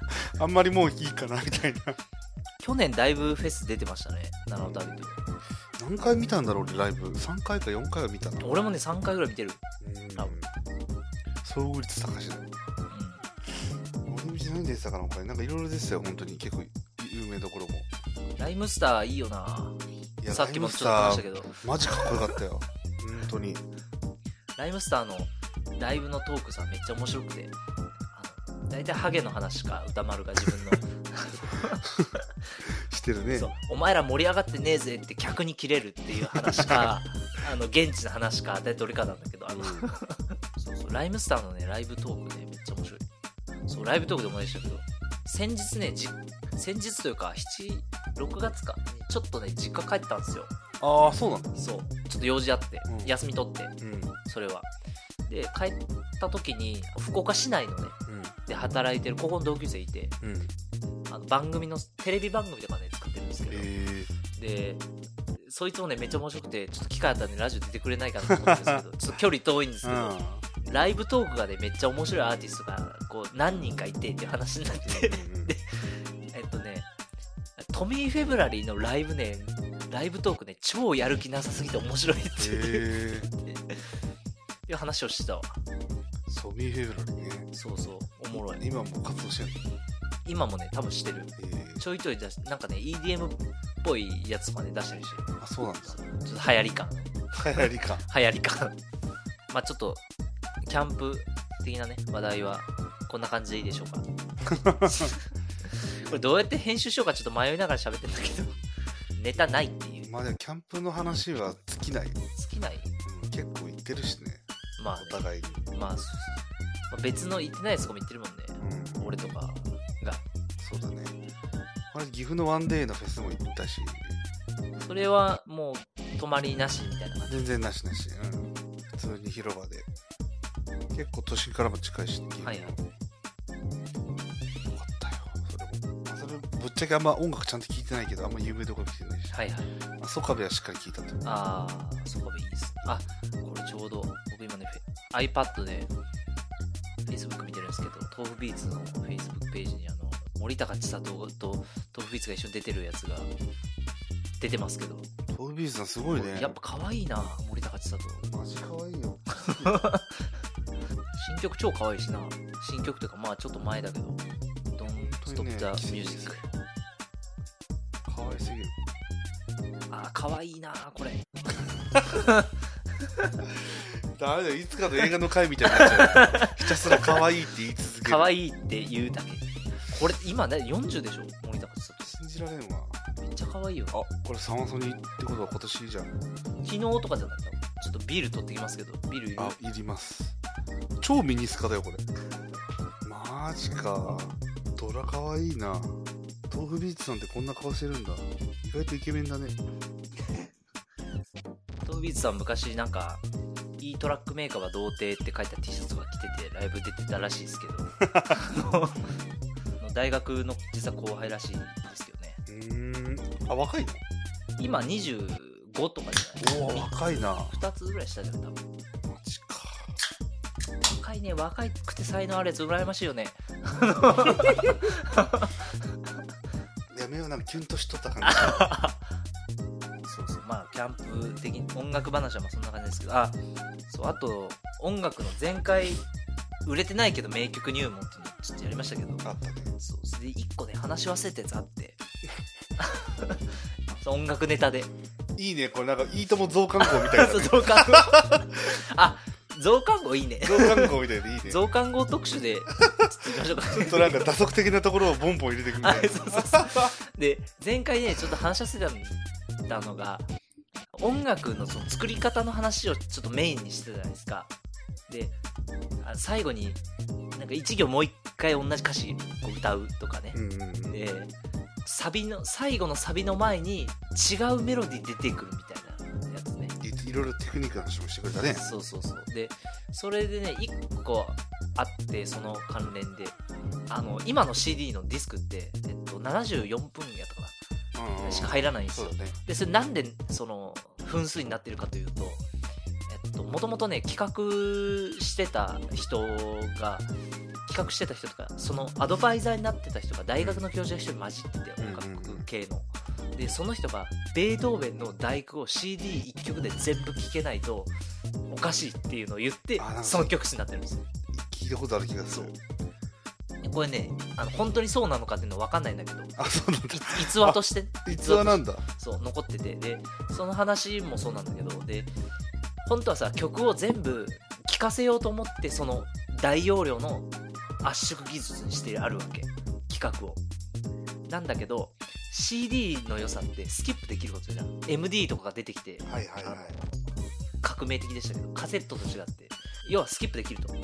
あんまりもういいかなみたいな去年だいぶフェス出てましたね七尾旅人、何回見たんだろう俺ライブ3回か4回は見たな俺もね3回ぐらい見てる、うん多分遭遇率高しだようん、俺道何でしたかな他になんかいろいろでしたよ本当に結構有名どころもライムスターいいよないやさっきもちょっとライ話ムしたスターけどマジかっこよかったよ本当にライムスターのライブのトークさめっちゃ面白くてあの大体ハゲの話しか歌丸が自分のして るねそうお前ら盛り上がってねえぜって客に切れるっていう話 かあの現地の話かでどれかなんだけどあのそうそうライムスターのねライブトークねめっちゃ面白いそうライブトークで思い出したけど先日ねじ先日というか7 6月かにちょっとね実家帰ったんですよああそうなのそうちょっと用事あって、うん休み取ってうんそれはで帰った時に福岡市内のねで働いてる高校の同級生いてうんうんあの番組のテレビ番組とかね作ってるんですけど、えでそいつもねめっちゃ面白くてちょっと機会あったんでラジオ出てくれないかなと思うんですけ どちょっと距離遠いんですえけど、ライブトークがねめっちゃ面白いアーティストがこう何人かいてっていう話になって うんえっとねトミー・フェブラリーのライブねライブトークね超やる気なさすぎて面白いっていう,、ええいう話をしてたわソミーフェブラリーねそうそうおもろい今もう活動してる今もね多分してるええちょいちょい出しなんかね EDM っぽいやつまで出したりしてるあそうなんだちょっと流行り感流行りか流行りか まあちょっとキャンプ的なね話題はこんな感じでいいでしょうか これどうやって編集しようかちょっと迷いながら喋ってんだけどネタないっていうまあでもキャンプの話は尽きない、う尽きないん、結構行ってるしねまあおね、互いに、まあそうそうまあ別の言ってないやつとかも言ってるもんねうん、俺とかがそうだねあれ岐阜のワンデーのフェスも行ったしそれはもう泊まりなしみたいな感じ全然なしなし、うん、普通に広場で結構都心からも近いし、ね、岐阜はいはいよかったよそれも、まあ、それぶっちゃけあんま音楽ちゃんと聞いてないけどあんま有名どころ聞いてないし、はいはいまあ、ソカベはしっかり聞いたとああ、そこでいいです。あ、これちょうど、僕今ね、フェ iPad で Facebook 見てるんですけど、豆腐ビーツの Facebook ページに、あの、森高千里と豆腐ビーツが一緒に出てるやつが出てますけど、トービーズさんすごいねやっぱ可愛いな、森高千里。マジ可愛いよ新曲超可愛いしな。新曲というか、まあちょっと前だけど、Don't 本当にね Stop the 奇跡です Music。可愛すぎるああ、可愛いな、これ。ダメだよいつかの映画の回みたいになっちゃ うひたすら可愛いって言い続ける可い愛いって言うだけ。これ、今ね、40でしょ森高千里。信じられんわめっちゃ可愛いよ。あこれサマソニってことは今年じゃん昨日とかじゃないかちょっとビール取ってきますけどビールいるあいります超ミニスカだよこれマジかドラ可愛いな豆腐ビーツさんってこんな顔してるんだ意外とイケメンだねトムビーズさん昔なんかいいトラックメーカーは童貞って書いた T シャツが着ててライブ出てたらしいですけどあのあの大学の実は後輩らしいですけどねうーんあ若いの今25とかじゃおなおい若いなマ2つぐらい下じゃん多分ジか若いね若くて才能あるやつ羨ましいよねやめようなんかキュンとしとった感じそうそうまあキャンプ的に音楽話はまあそんな感じですけどあそうあと音楽の前回売れてないけど名曲入門っていうのをちょっとやりましたけどあったねそうそれで1個ね話し忘れたやつあって そう音楽ネタで、いいねこれなんかいいとも増刊号みたいな、ね増刊号あ増刊号いいね増刊号みたいでいいねちょ増刊号特集でちょっといきましょうかっとなんか打足的なところをボンボン入れてくみた いはいそうそうで前回ねちょっと話し忘れたのが音楽のその作り方の話をちょっとメインにしてたじゃないですかであ最後になんか一行もう一回同じ歌詞を歌うとかねうんうんうんでサビの最後のサビの前に違うメロディー出てくるみたいなやつねいいろいろテクニックの話もしてくれたねそうそうそうでそれでね1個あってその関連であの今の CD のディスクって、えっと、74分やとかうんうんなしか入らないんですそようだねでそれなんでその分数になってるかというともともとね企画してた人が企画してた人とかそのアドバイザーになってた人が大学の教授が一人混じっててうんうん音楽系の。でその人がベートーベンの「第九を CD1 曲で全部聴けないとおかしいっていうのを言ってあなんかその曲詞になってるんですよ聞いたことある気がするそうでこれねあの本当にそうなのかっていうのは分かんないんだけどあそう なんだい逸話として逸話なんだそう残っててでその話もそうなんだけどで本当はさ曲を全部聴かせようと思ってその大容量の圧縮技術にしてあるわけ企画をなんだけど CD の良さってスキップできることじゃん MD とかが出てきてはいはいはい革命的でしたけどカセットと違って要はスキップできるとで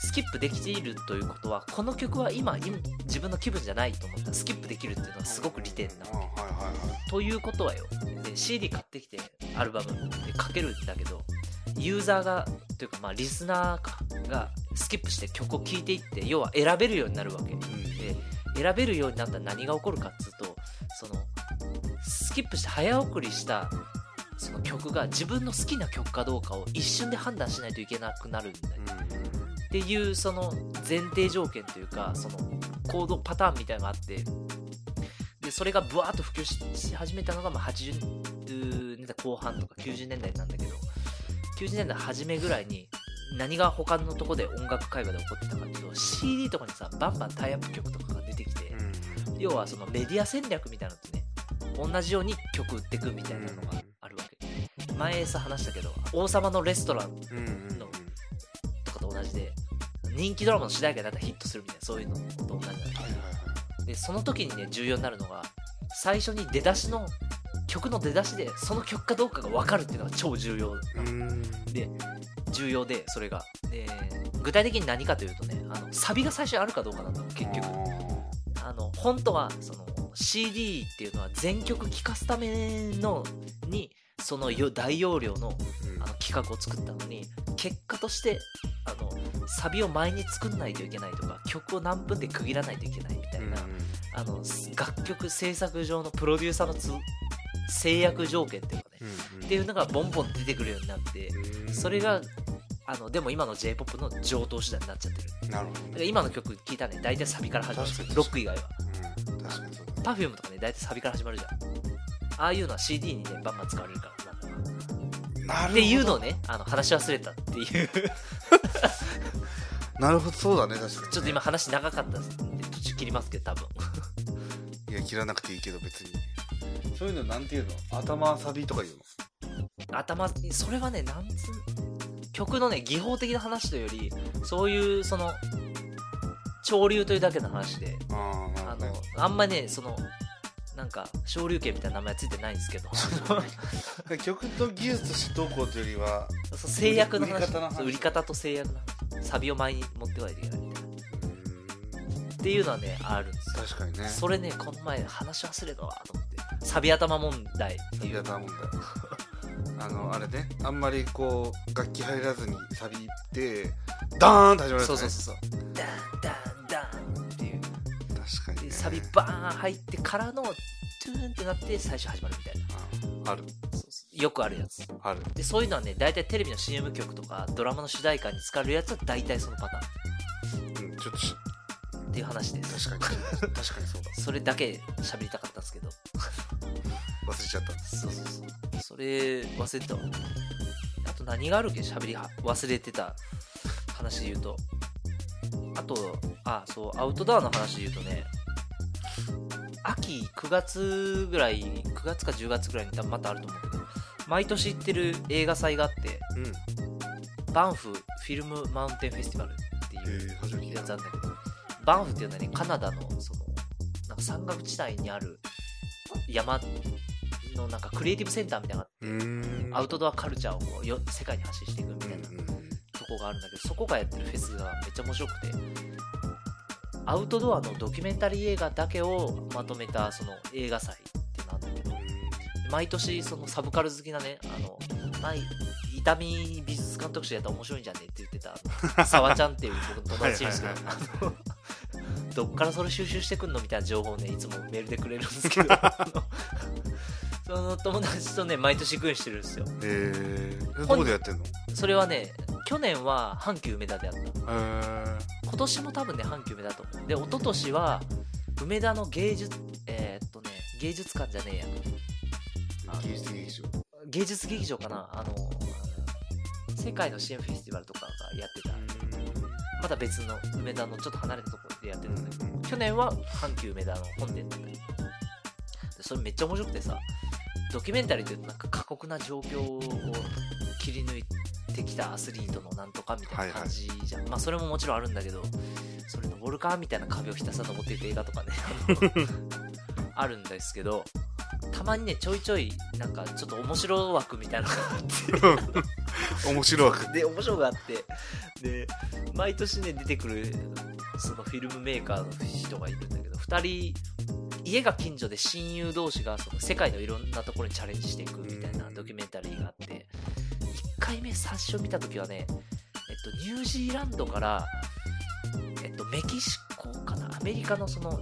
スキップできているということはこの曲は今今自分の気分じゃないと思ったらスキップできるっていうのはすごく利点なうんはいはいはいということはよで CD 買ってきてアルバムでかけるんだけどユーザーがというかまあリスナーかがスキップして曲を聴いていって要は選べるようになるわけで選べるようになったら何が起こるかっつうとそのスキップして早送りしたその曲が自分の好きな曲かどうかを一瞬で判断しないといけなくなるんだよっていうその前提条件というかその行動パターンみたいなのがあってでそれがブワーッと普及しし始めたのがまあ80年代後半とか90年代なんだけど90年代初めぐらいに何が他のとこで音楽界隈で起こってたかっていうと CD とかにさバンバンタイアップ曲とかが出てきて、うん要はそのメディア戦略みたいなのってね同じように曲売ってくみたいなのがあるわけ前さ話したけど「王様のレストラン」うんうんうんのとかと同じで人気ドラマの主題歌になったらヒットするみたいなそういうのと同じなんだはいはいはいでその時にね重要になるのが最初に出だしの曲の出だしでその曲かどうかが分かるっていうのが超重要うんで重要でそれがで具体的に何かというとねあのサビが最初にあるかどうかなんだよ結局あの本当はその CD っていうのは全曲聴かすためのにそのよ大容量のうんあの企画を作ったのに結果としてあのサビを前に作んないといけないとか曲を何分で区切らないといけないみたいな、あのす楽曲制作上のプロデューサーのつ制約条件っていうかね、うんっていうのがボンボン出てくるようになってうんそれがあのでも今の j p o p の上等手段になっちゃってるなるほどだからね今の曲聴いたらね大体サビから始まるんですよロ確ック以外はうん確かにそうだね Perfume とかね大体サビから始まるじゃんああいうのは CD にねバンバン使われるからなんだろうなるほどっていうのをねあの話し忘れたっていうなるほどそうだね確かにねちょっと今話長かったんで途中切りますけど多分いや切らなくていいけど別にそういうのなんていうの頭サビとか言うの頭それはねなんつ曲のね技法的な話というよりそういうその潮流というだけの話でああなあるほどねのあんまねそのなんか昇竜拳みたいな名前ついてないんです けどだから曲と技術としてどうこうというよりはそう制約の話売り方の話そう売り方と制約の話サビを前に持ってこないといけないみたいなっていうのはねあるんですよ確かにねそれねこの前話し忘れたわと思ってサビ頭問題ってサビいう型問題 あのあれねあんまりこう楽器入らずにサビってダーンって始まるやつねそうそうそうそうダンダンダンっていう確かに、でね、サビバーン入ってからのトゥーンってなって最初始まるみたいなああるよくあるやつあるでそういうのはね大体テレビの CM 曲とかドラマの主題歌に使われるやつは大体そのパターうんちょっとしンっていう話です確かに確かにそうだ それだけ喋りたかったんですけど忘れちゃったそうそうそうそれ忘れてたわあと何があるっけ喋りは忘れてた話で言うとあとあそうアウトドアの話で言うとね秋9月ぐらい9月か10月ぐらいに多分またあると思うけど毎年行ってる映画祭があってうんえバンフフィルムマウンテンフェスティバルっていうー、初めて聞いやつたなんだけどバンフっていうのはねカナダのそのなんか山岳地帯にある山のなんかクリエイティブセンターみたいなのがあうーってんアウトドアカルチャーをこうよ世界に発信していくみたういんなうんとこがあるんだけどそこがやってるフェスがめっちゃ面白くてアウトドアのドキュメンタリー映画だけをまとめたその映画祭っていうのがあるんだけど毎年そのサブカル好きなねあの前痛み美術監督賞やったら面白いんじゃねって言ってたあの沢ちゃんっていう僕の友達いるんですけどはいあのどっからそれ収集してくんのみたいな情報をねいつもメールでくれるんですけ どあのその友達とね毎年軍してるんですよえー、どこでやってんのそれはね去年は阪急梅田であったえー、今年も多分ね阪急梅田だと思うで一昨年は梅田の芸術えーっとね芸術館じゃねえやあの技術的劇場芸術劇場かなあの世界の支援フェスティバルとかがやってたまた別の梅田のちょっと離れたところでやってるんだけど去年は阪急梅田の本店だったりでそれめっちゃ面白くてさドキュメンタリーってなんか過酷な状況を切り抜いてききたアスリートのなんとかみたいはいなはい感じじゃん、まあそれももちろんあるんだけどそれ登るかみたいな壁をひたすら登っていく映画とかね あるんですけどたまにねちょいちょいなんかちょっと面白枠みたいなのがあって面白 くで面白があってで毎年ね出てくるそのフィルムメーカーの人がいるんだけど2人家が近所で親友同士がその世界のいろんなところにチャレンジしていくみたいなうんドキュメンタリーがあって1回目最初見た時はね、えっと、ニュージーランドから、えっと、メキシコかなアメリカのその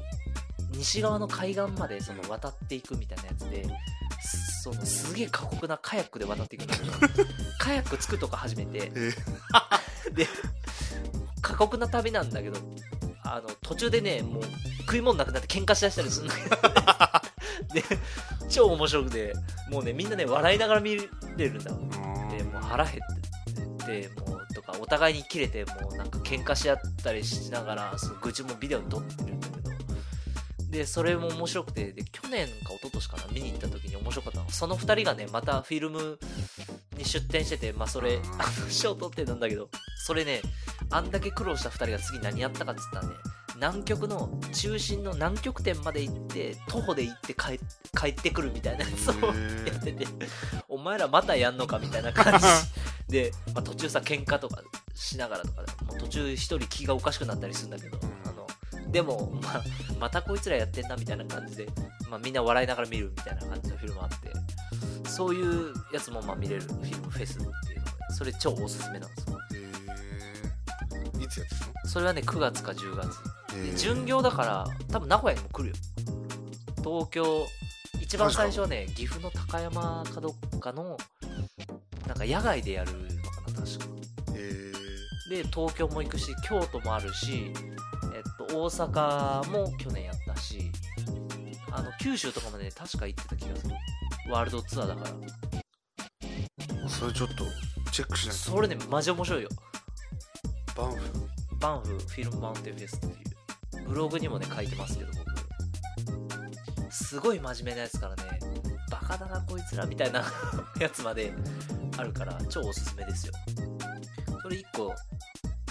西側の海岸までその渡っていくみたいなやつで。そのすげえ過酷なカヤックで渡っていくんだ けどカヤックつくとか始めてえで過酷な旅なんだけどあの途中でねもう食い物なくなって喧嘩しだしたりするんだけど、ね、で超面白くてもうねみんなね笑いながら見れるんだでもう腹減ってでもうとかお互いに切れてもうなんか喧嘩し合ったりしながらその愚痴もビデオに撮ってるんだけどでそれも面白くてで去年か一昨年かな見に行った時に面白かったのはその2人がねまたフィルムに出展しててまあそれあの賞取ってたんだけどそれねあんだけ苦労した2人が次何やったかっつったらね南極の中心の南極点まで行って徒歩で行って帰帰ってくるみたいなやつをやってて お前らまたやんのかみたいな感じで、まあ、途中さ喧嘩とかしながらとかもう途中一人気がおかしくなったりするんだけどあのでも、まあ、またこいつらやってんなみたいな感じで、まあ、みんな笑いながら見るみたいな感じのフィルムあってそういうやつもまあ見れるフィルムフェスっていうのでそれ超おすすめなんですよえーいつやってそれはね9月か10月たの、えー巡業だから多分名古屋にも来るよ東京一番最初はね岐阜の高山かどっかのなんか野外でやるのかな確かえで東京も行くし京都もあるし、えっと、大阪も去年やったしあの九州とかまで、ね、確か行ってた気がするワールドツアーだからーそれちょっとチェックしないそれねマジ面白いよとバンフバンフフィルムマウンテンフェスっていうブログにもね書いてますけど僕すごい真面目なやつからねバカだなこいつらみたいなやつまであるから超おすすめですよそれ1個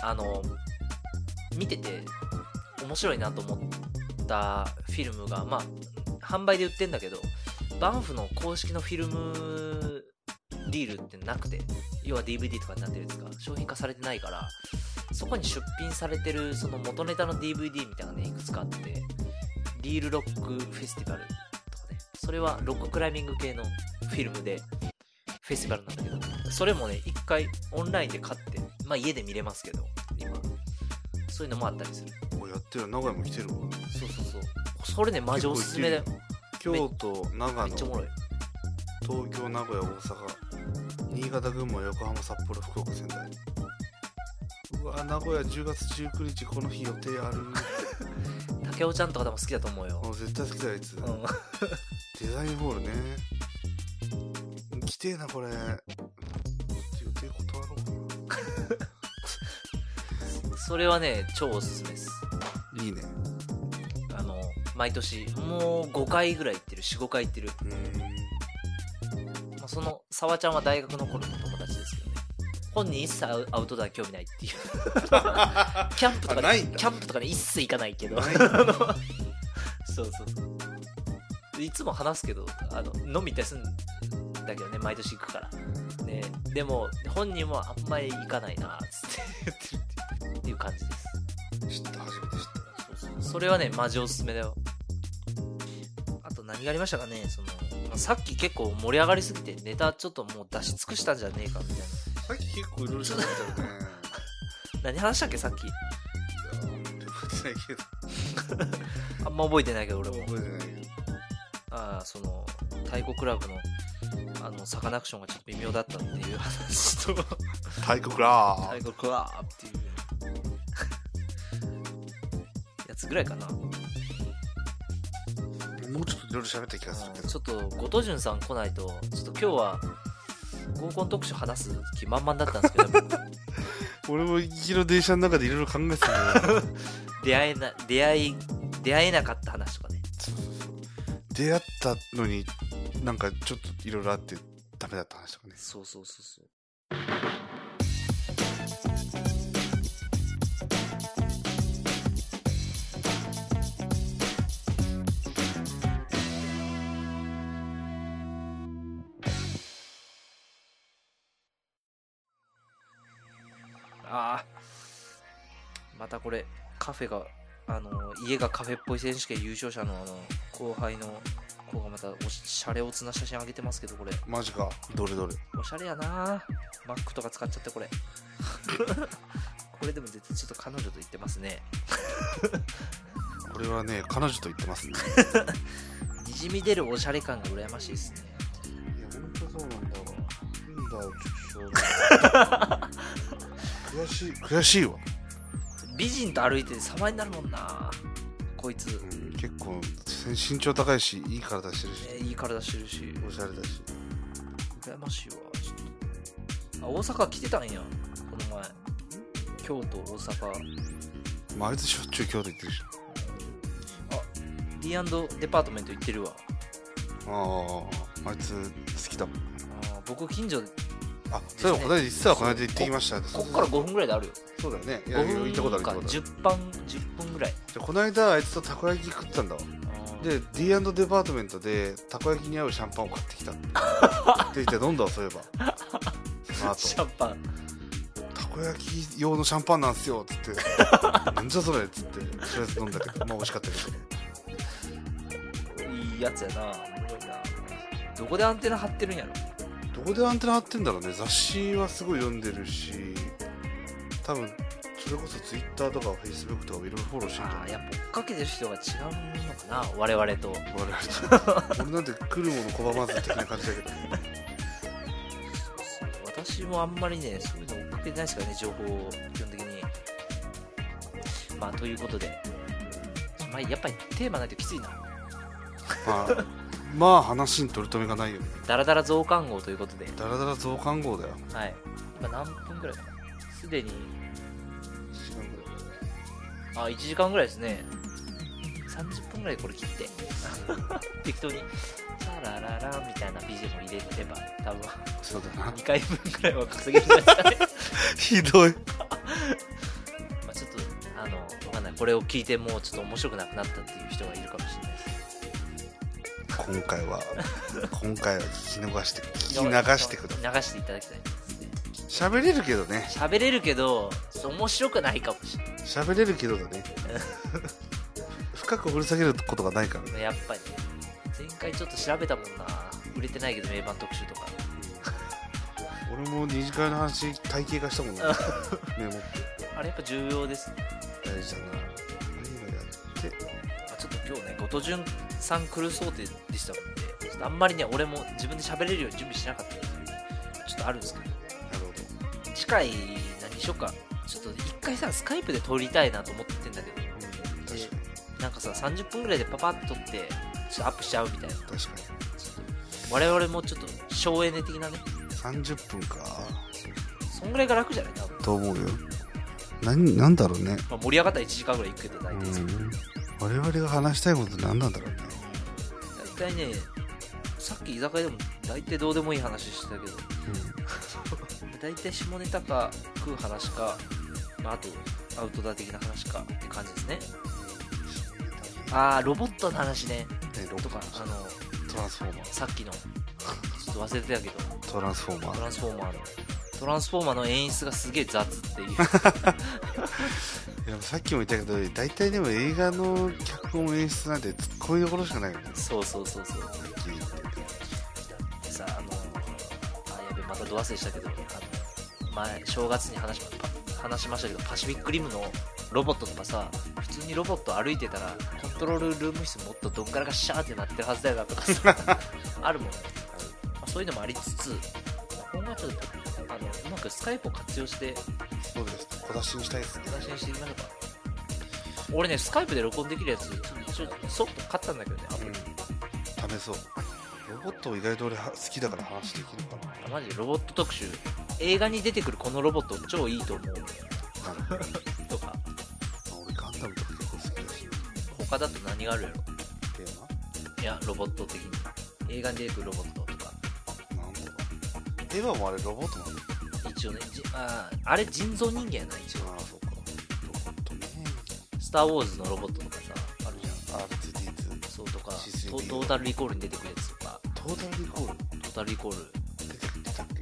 あの見てて面白いなと思ったフィルムがまあ販売で売ってんだけどバンフの公式のフィルムリールってなくて要は DVD とかになってるやつが商品化されてないからそこに出品されてるその元ネタの DVD みたいなのがねいくつかあってリールロックフェスティバルとかねそれはロッククライミング系のフィルムでフェスティバルなんだけどそれもね一回オンラインで買ってまあ家で見れますけど今そういうのもあったりするおやってる名古屋も来てるわそうそうそうそれねマジおすすめだよ京都長めっ野ちゃおもろい東京名古屋大阪新潟群馬横浜札幌福岡仙台うわ名古屋10月19日この日予定 ある竹雄ちゃんとか多分好きだと思うよもう絶対好きだあいつ、うんデザインホールね来てえなこれ予定断ろうかそれはね超おすすめですないいねあの毎年もう5回ぐらい行ってる45回行ってる うーまあ、その沢ちゃんは大学の頃の友達ですけどね本人一切アウアウトドア興味ないって いうキャンプとかあないんだキャンプとかね一切行かないけどそうそうそういつも話すけどあの飲み行ったりするんだけどね毎年行くから、ね、でも本人もあんまり行かないなっつって言ってるっていうっていう感じですん知った初めて知っそれはねマジおすすめだよあと何がありましたかねその、まあさっき結構盛り上がりすぎてネタちょっともう出し尽くしたんじゃねえかみたいなたさっき結構いろいろ喋ったよね何話したっけさっきいや本当に覚えてないけどあんま覚えてないけど俺も覚えてないけどああその太鼓クラブのあのサカナクションがちょっと微妙だったっていう話と太太鼓ラー鼓クラブっていうやつぐらいかなもうちょっといろいろ喋った気がするけどちょっと後藤潤さん来ないとちょっと今日は合コン特集話す気満々だったんですけど俺も行きの電車の中でいろいろ考えてたんだよ出会えな出会い出会えなかった話とかねそうそうそう 出会ったのになんかちょっといろいろあってダメだった話とかねそうそうそうそうあーまたこれカフェがあの家がカフェっぽい選手権優勝者のあの後輩の子がまたおししゃれおつな写真あげてますけどこれマジかどれどれおしゃれやなマックとか使っちゃってこれ これでも絶対ちょっと彼女と言ってますねこれはね彼女と言ってますねにじみ出るおしゃれ感が羨ましいですねいや本当そうなんだわなんだよちょっ と悔しい悔しいわ、美人と歩いてて様になるもんなこいつ、うん、結構身長高いしいい体してるしえーいい体してるしおしゃれだし羨ましいわちょっとあ大阪来てたんやこの前京都大阪まあ、あいつしょっちゅう京都行ってるしあ D& デパートメント行ってるわあああいつ好きだもんあー僕近所あそういえばこの間実はこの間行ってきましたよこっから5分ぐらいであるよそうだよねいやいや行った5こと分かある行ったことある10分10分ぐらいでこの間あいつとたこ焼き食ったんだわ で D& デパートメントでたこ焼きに合うシャンパンを買って きたって言って飲んだわそういえばそのシ後ャンパンたこ焼き用のシャンパンなんすよっつって 「なんじゃそれ」っつってとりあえず飲んだけどまあ美味しかったけどいいやつやなおもろいなどこでアンテナ張ってるんやろどこでアンテナ張ってんだろうね雑誌はすごい読んでるし多分それこそ Twitter とか Facebook とかいろいろフォローしてるんじゃあなあいやっぱ追っかけてる人が違うのかな我々と我々と俺なんて来るもの拒まず的な感じだけ ど私もあんまりねそういうの追っかけてないですからね情報を基本的にまあということで、まあ、やっぱりテーマないときついなまあまあ話に取り留めがないよねダラダラ増刊号ということでだらだら増刊号だよはい今何分ぐらいかなすでに時間ぐあらい1時間ぐらいですね30分ぐらいでこれ切って 適当にさラララみたいな BGM を入れれば多分そうだな2回分ぐらいは稼げるんじゃないですかねひどいまあ、ちょっとあのわかんないこれを聞いてもうちょっと面白くなくなったっていう人がいるかもしれないです今回は今回は聞き逃して聞き流してください流していただきたいですね喋れるけどね喋れるけどちょっと面白くないかもしれ喋れるけどだね深く掘り下げることがないからねないやっぱりね前回ちょっと調べたもんな売れてないけど名盤特集とか俺も二次会の話体系化したもんねメモってあれやっぱ重要ですね、大事だなああいうのやってまあ、ちょっと今日ね後藤潤さん来る想定でしたもんでちょっとあんまりね俺も自分で喋れるように準備しなかったっていうちょっとあるんですけどなるほど次回何しようかちょっと一回さスカイプで撮りたいなと思ってんだけどうん確かになんかさ30分ぐらいでパパッと撮ってちょっとアップしちゃうみたいな確かちょっと我々もちょっと省エネ的なねに30分かそんぐらいが楽じゃない多分、と思うよ何なんだろうねまあ、盛り上がったら1時間ぐらい行くけどう大体さ、ん我々が話したいこと何なんだろうね大体ねさっき居酒屋でも大体どうでもいい話してたけど大体下ネタか食う話か、まあ、あとアウトドア的な話かって感じですねああロボットの話ねねロボッとトかあのトランスフォーマーさっきのちょっと忘れてたけどトランスフォーマトーランスフォーマーのトランスフォーマーの演出がすげえ雑っていう いやさっきも言ったけど大体でも映画の脚本演出なんてツッコミどころしかないよねそうそうそうそう聞いててでさあのあやべまたド忘れしたけどあの前正月に話しま話しましたけどパシフィックリムのロボットとかさ普通にロボット歩いてたらコントロールルーム室もっとどっからかシャーってなってるはずだよなとかさあるもんね、まあ、そういうのもありつつ今後はちょっとあのうまくスカイプを活用してそうです小出しにしたいですね出しにしていきましょうか俺ねスカイプで録音できるやつちょっとソフト買ったんだけどねアプリうん試そうロボットを意外と俺は好きだから話できるかあマジロボット特集映画に出てくるこのロボット超いいと思うななるほどとかまあ俺ガンダムとか結構好きだし他だと何があるやろテーいやロボット的に映画に出てくるロボットとかマなんだろうエヴァもあれロボットなんだ一応ねじあーあれ人造人間やな一応ああそうかロボットね「スター・ウォーズ」のロボットとかさあるじゃん R2D2 そうとか CCD ト「トータル・リコール」に出てくるやつとかトータルリコール「トータル・リコー出てきたっけ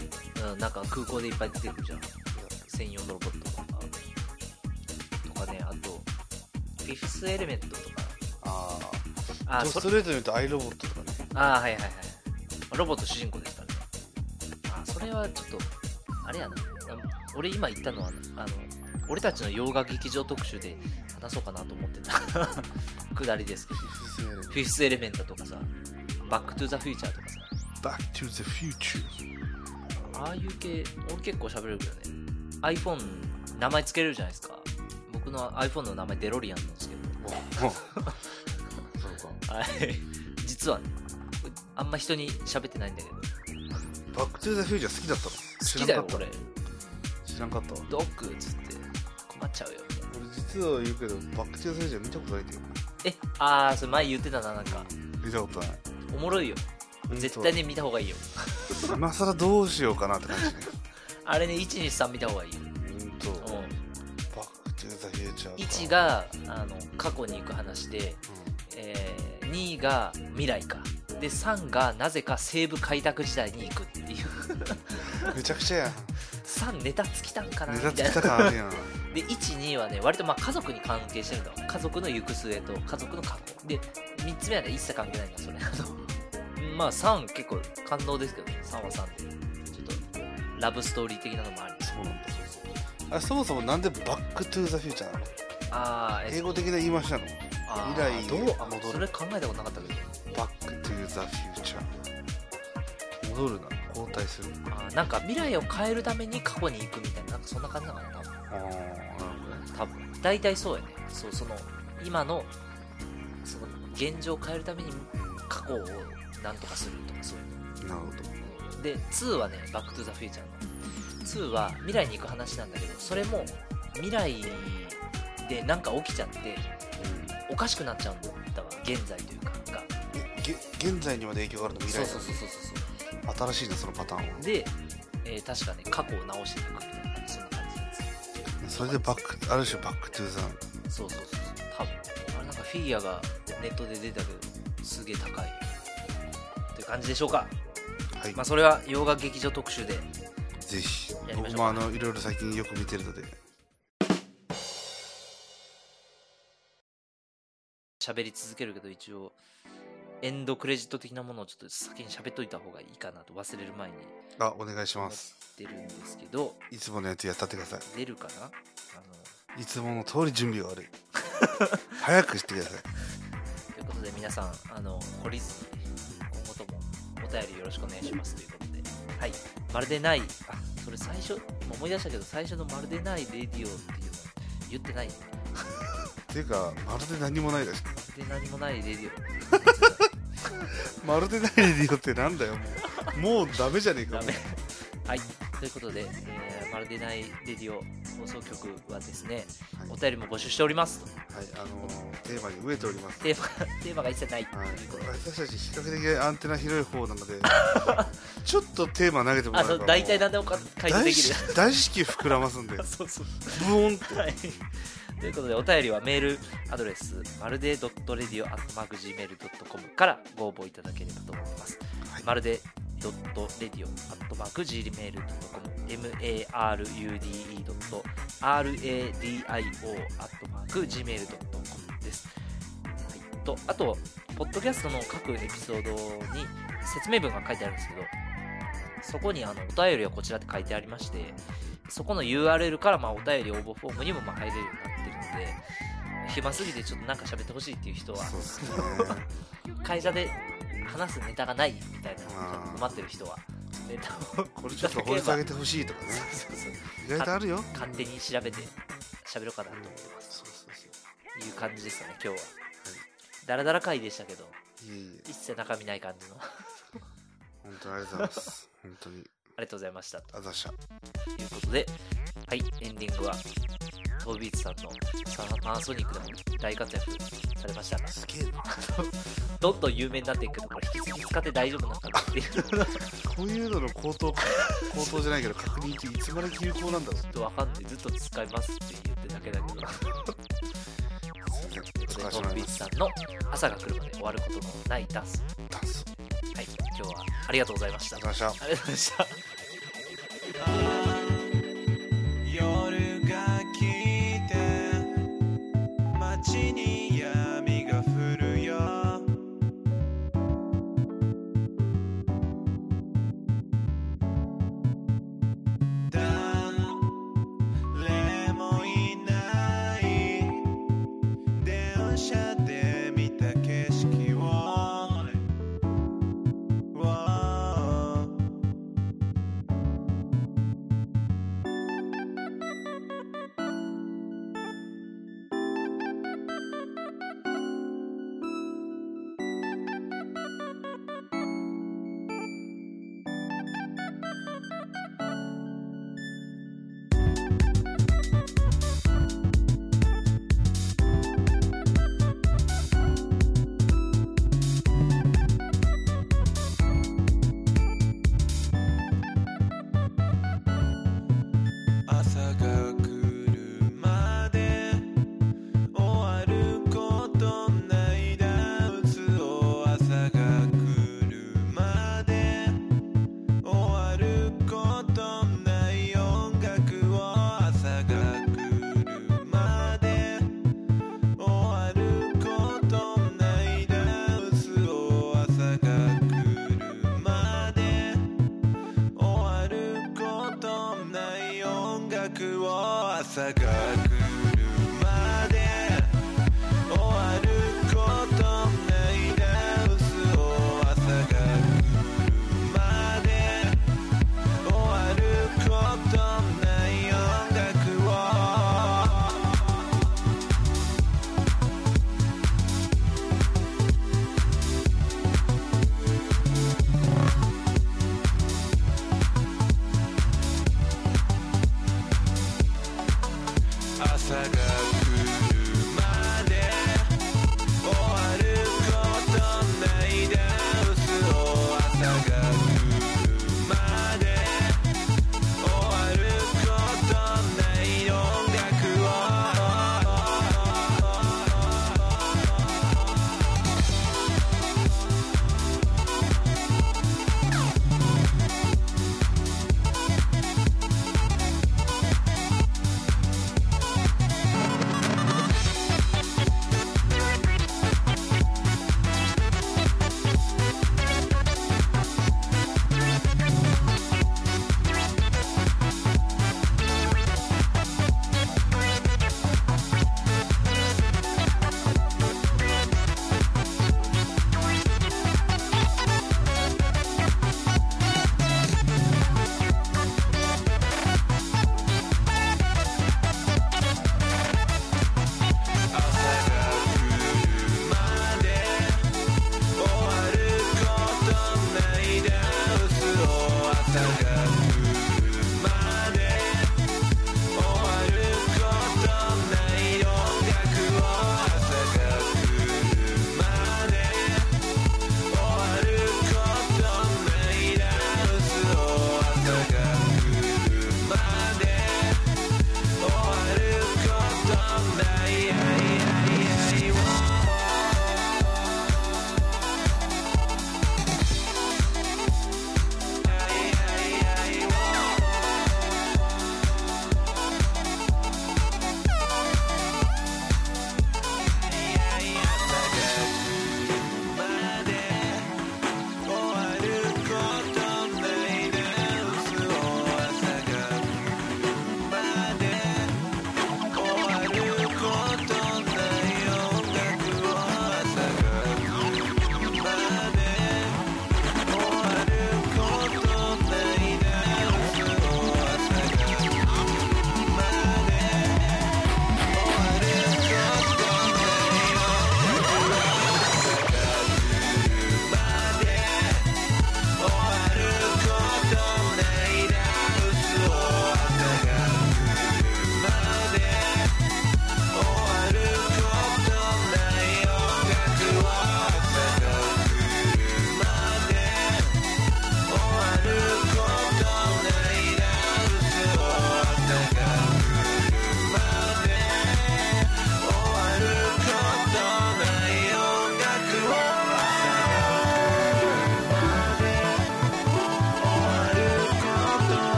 ル」うん、なんか空港でいっぱい出てくるじゃん専用のロボットとかかねあとフィフスエレメントとかあああースそトレートに言うとアイロボットとかねあーはいはいはいロボット主人公ですからねあーそれはちょっとあれやなあ俺今言ったのはあの俺たちの洋画劇場特集で話そうかなと思ってた くだりですけどフィフスエレメントとかさバックトゥザフューチャーとかさ Back to the future ああいう系俺結構喋れるけどね iPhone 名前つけれるじゃないですか僕の iPhone の名前デロリアンなんですけどそうかはい 実はねあんま人に喋ってないんだけどバックトゥーザフューチャー好きだったの好きだよ知らんか俺った知らんかったわドックっつって困っちゃうよみたいな俺実は言うけどバックトゥーザフューチャー見たことないってえああそれ前言ってたななんか見たことないおもろいよ絶対に見た方がいいようんと今更どうしようかなって感じねあれね123見た方がいいようんとうんバックトゥーザフューチャー1があの過去に行く話で、えー2が未来かで3がなぜか西部開拓時代に行くっていう うんめちゃくちゃやん3ネタ尽きたんかなみネたタいつなきた感あるやんで12はね割とまあ家族に関係してるんだわ家族の行く末と家族の過去で3つ目はね一切関係ないんだそれあ のまあ3結構感動ですけどね3は3でちょっとラブストーリー的なのもありそうなんだそうそうあそもそもなんでバックトゥーザフューチャーなのあーえ英語的な言いましたのあー未来どへうあ戻るそれ考えたことなかったけどバックトゥーザフューチャー戻るな交代するあーなんか未来を変えるために過去に行くみたいななんかそんな感じなのかな多分ああなるほどね多分大体そうやねそうその今のその現状を変えるために過去をなんとかするとかそういうなるほどで2はね「バック・トゥ・ザ・フューチャー」の2は未来に行く話なんだけどそれも未来でなんか起きちゃっておかしくなっちゃうんだわ現在というかがえげ現在にまで影響があるの未来そうそうそうそうそう新しいなそのパターンはで、えー確かね過去を直していくみたいなそんな感じなんですよそれでバックある種バックトゥーザそうそうそうそう多分あれなんかフィギュアがネットで出たけどすげえ高いという感じでしょうか、はい、まあ、それは洋画劇場特集でぜひりましょう僕もあのいろいろ最近よく見てるので喋り続けるけど一応エンドクレジット的なものをちょっと先に喋っといた方がいいかなと忘れる前にあお願いし思まっすてるんですけどいつものやつやったってくださ出るかなあいいつもの通り準備が悪い 早くしてくださいのということで皆さんあの懲りずに今後ともお便りよろしくお願いしますということではいまるでないあそれ最初思い出したけど最初のまるでないレディオっていうの言ってないねっていうかまるで何もないだしまるで何もないレディまるでないレディオってなんだよもうもうダメじゃねえオかダメはいということで、えーまるでないレディオ放送局はですねはいお便りも募集しておりますはいあのーテーマに飢えておりますテーマテーマが 一切ないとはいいうこと、私たち比較的アンテナ広い方な のでちょっとテーマ投げてもらあえばそう大体何でもか回答大できる至大至急膨らますんでブ そうそうオンってはいということでお便りはメールアドレスまるで .radio.gmail.com からご応募いただければと思います、はいまるで .radio.gmail.com marude.radio.gmail.com です、はい、とあとポッドキャストの各エピソードに説明文が書いてあるんですけどそこにあのお便りはこちらって書いてありましてそこの URL からまあお便り応募フォームにもまあ入れるようになってるので暇すぎてちょっとなんか喋ってほしいっていう人はそうですね会社で話すネタがないみたいなちょっと困ってる人はネタをこれちょっと掘り下げてほしいとかねそうそうそう意外とあるよ勝手に調べて喋ろうかなと思ってまそうそうそすいう感じですかね今日はダラダラ回でしたけどういえいえ一切中身ない感じのあ本当にありがとうございます本当にりがとうございましたあざっしたということで、はい、エンディングは、トービーツさんのサマーソニックでも大活躍されました。すげえなどんどん有名になっていくけど、これ引き続き使って大丈夫なのかなっていうこういうのの口頭口頭じゃないけど確認っていつまで有効なんだろうちょっとわかんない。ずっと使いますって言ってるだけだけど。というすいませんおことで、トー疲れ様ビでーツすさんの朝が来るまで終わることのないダンス。ダンスありはい、今日はありがとうございました。あがとうございましたりがとうございました。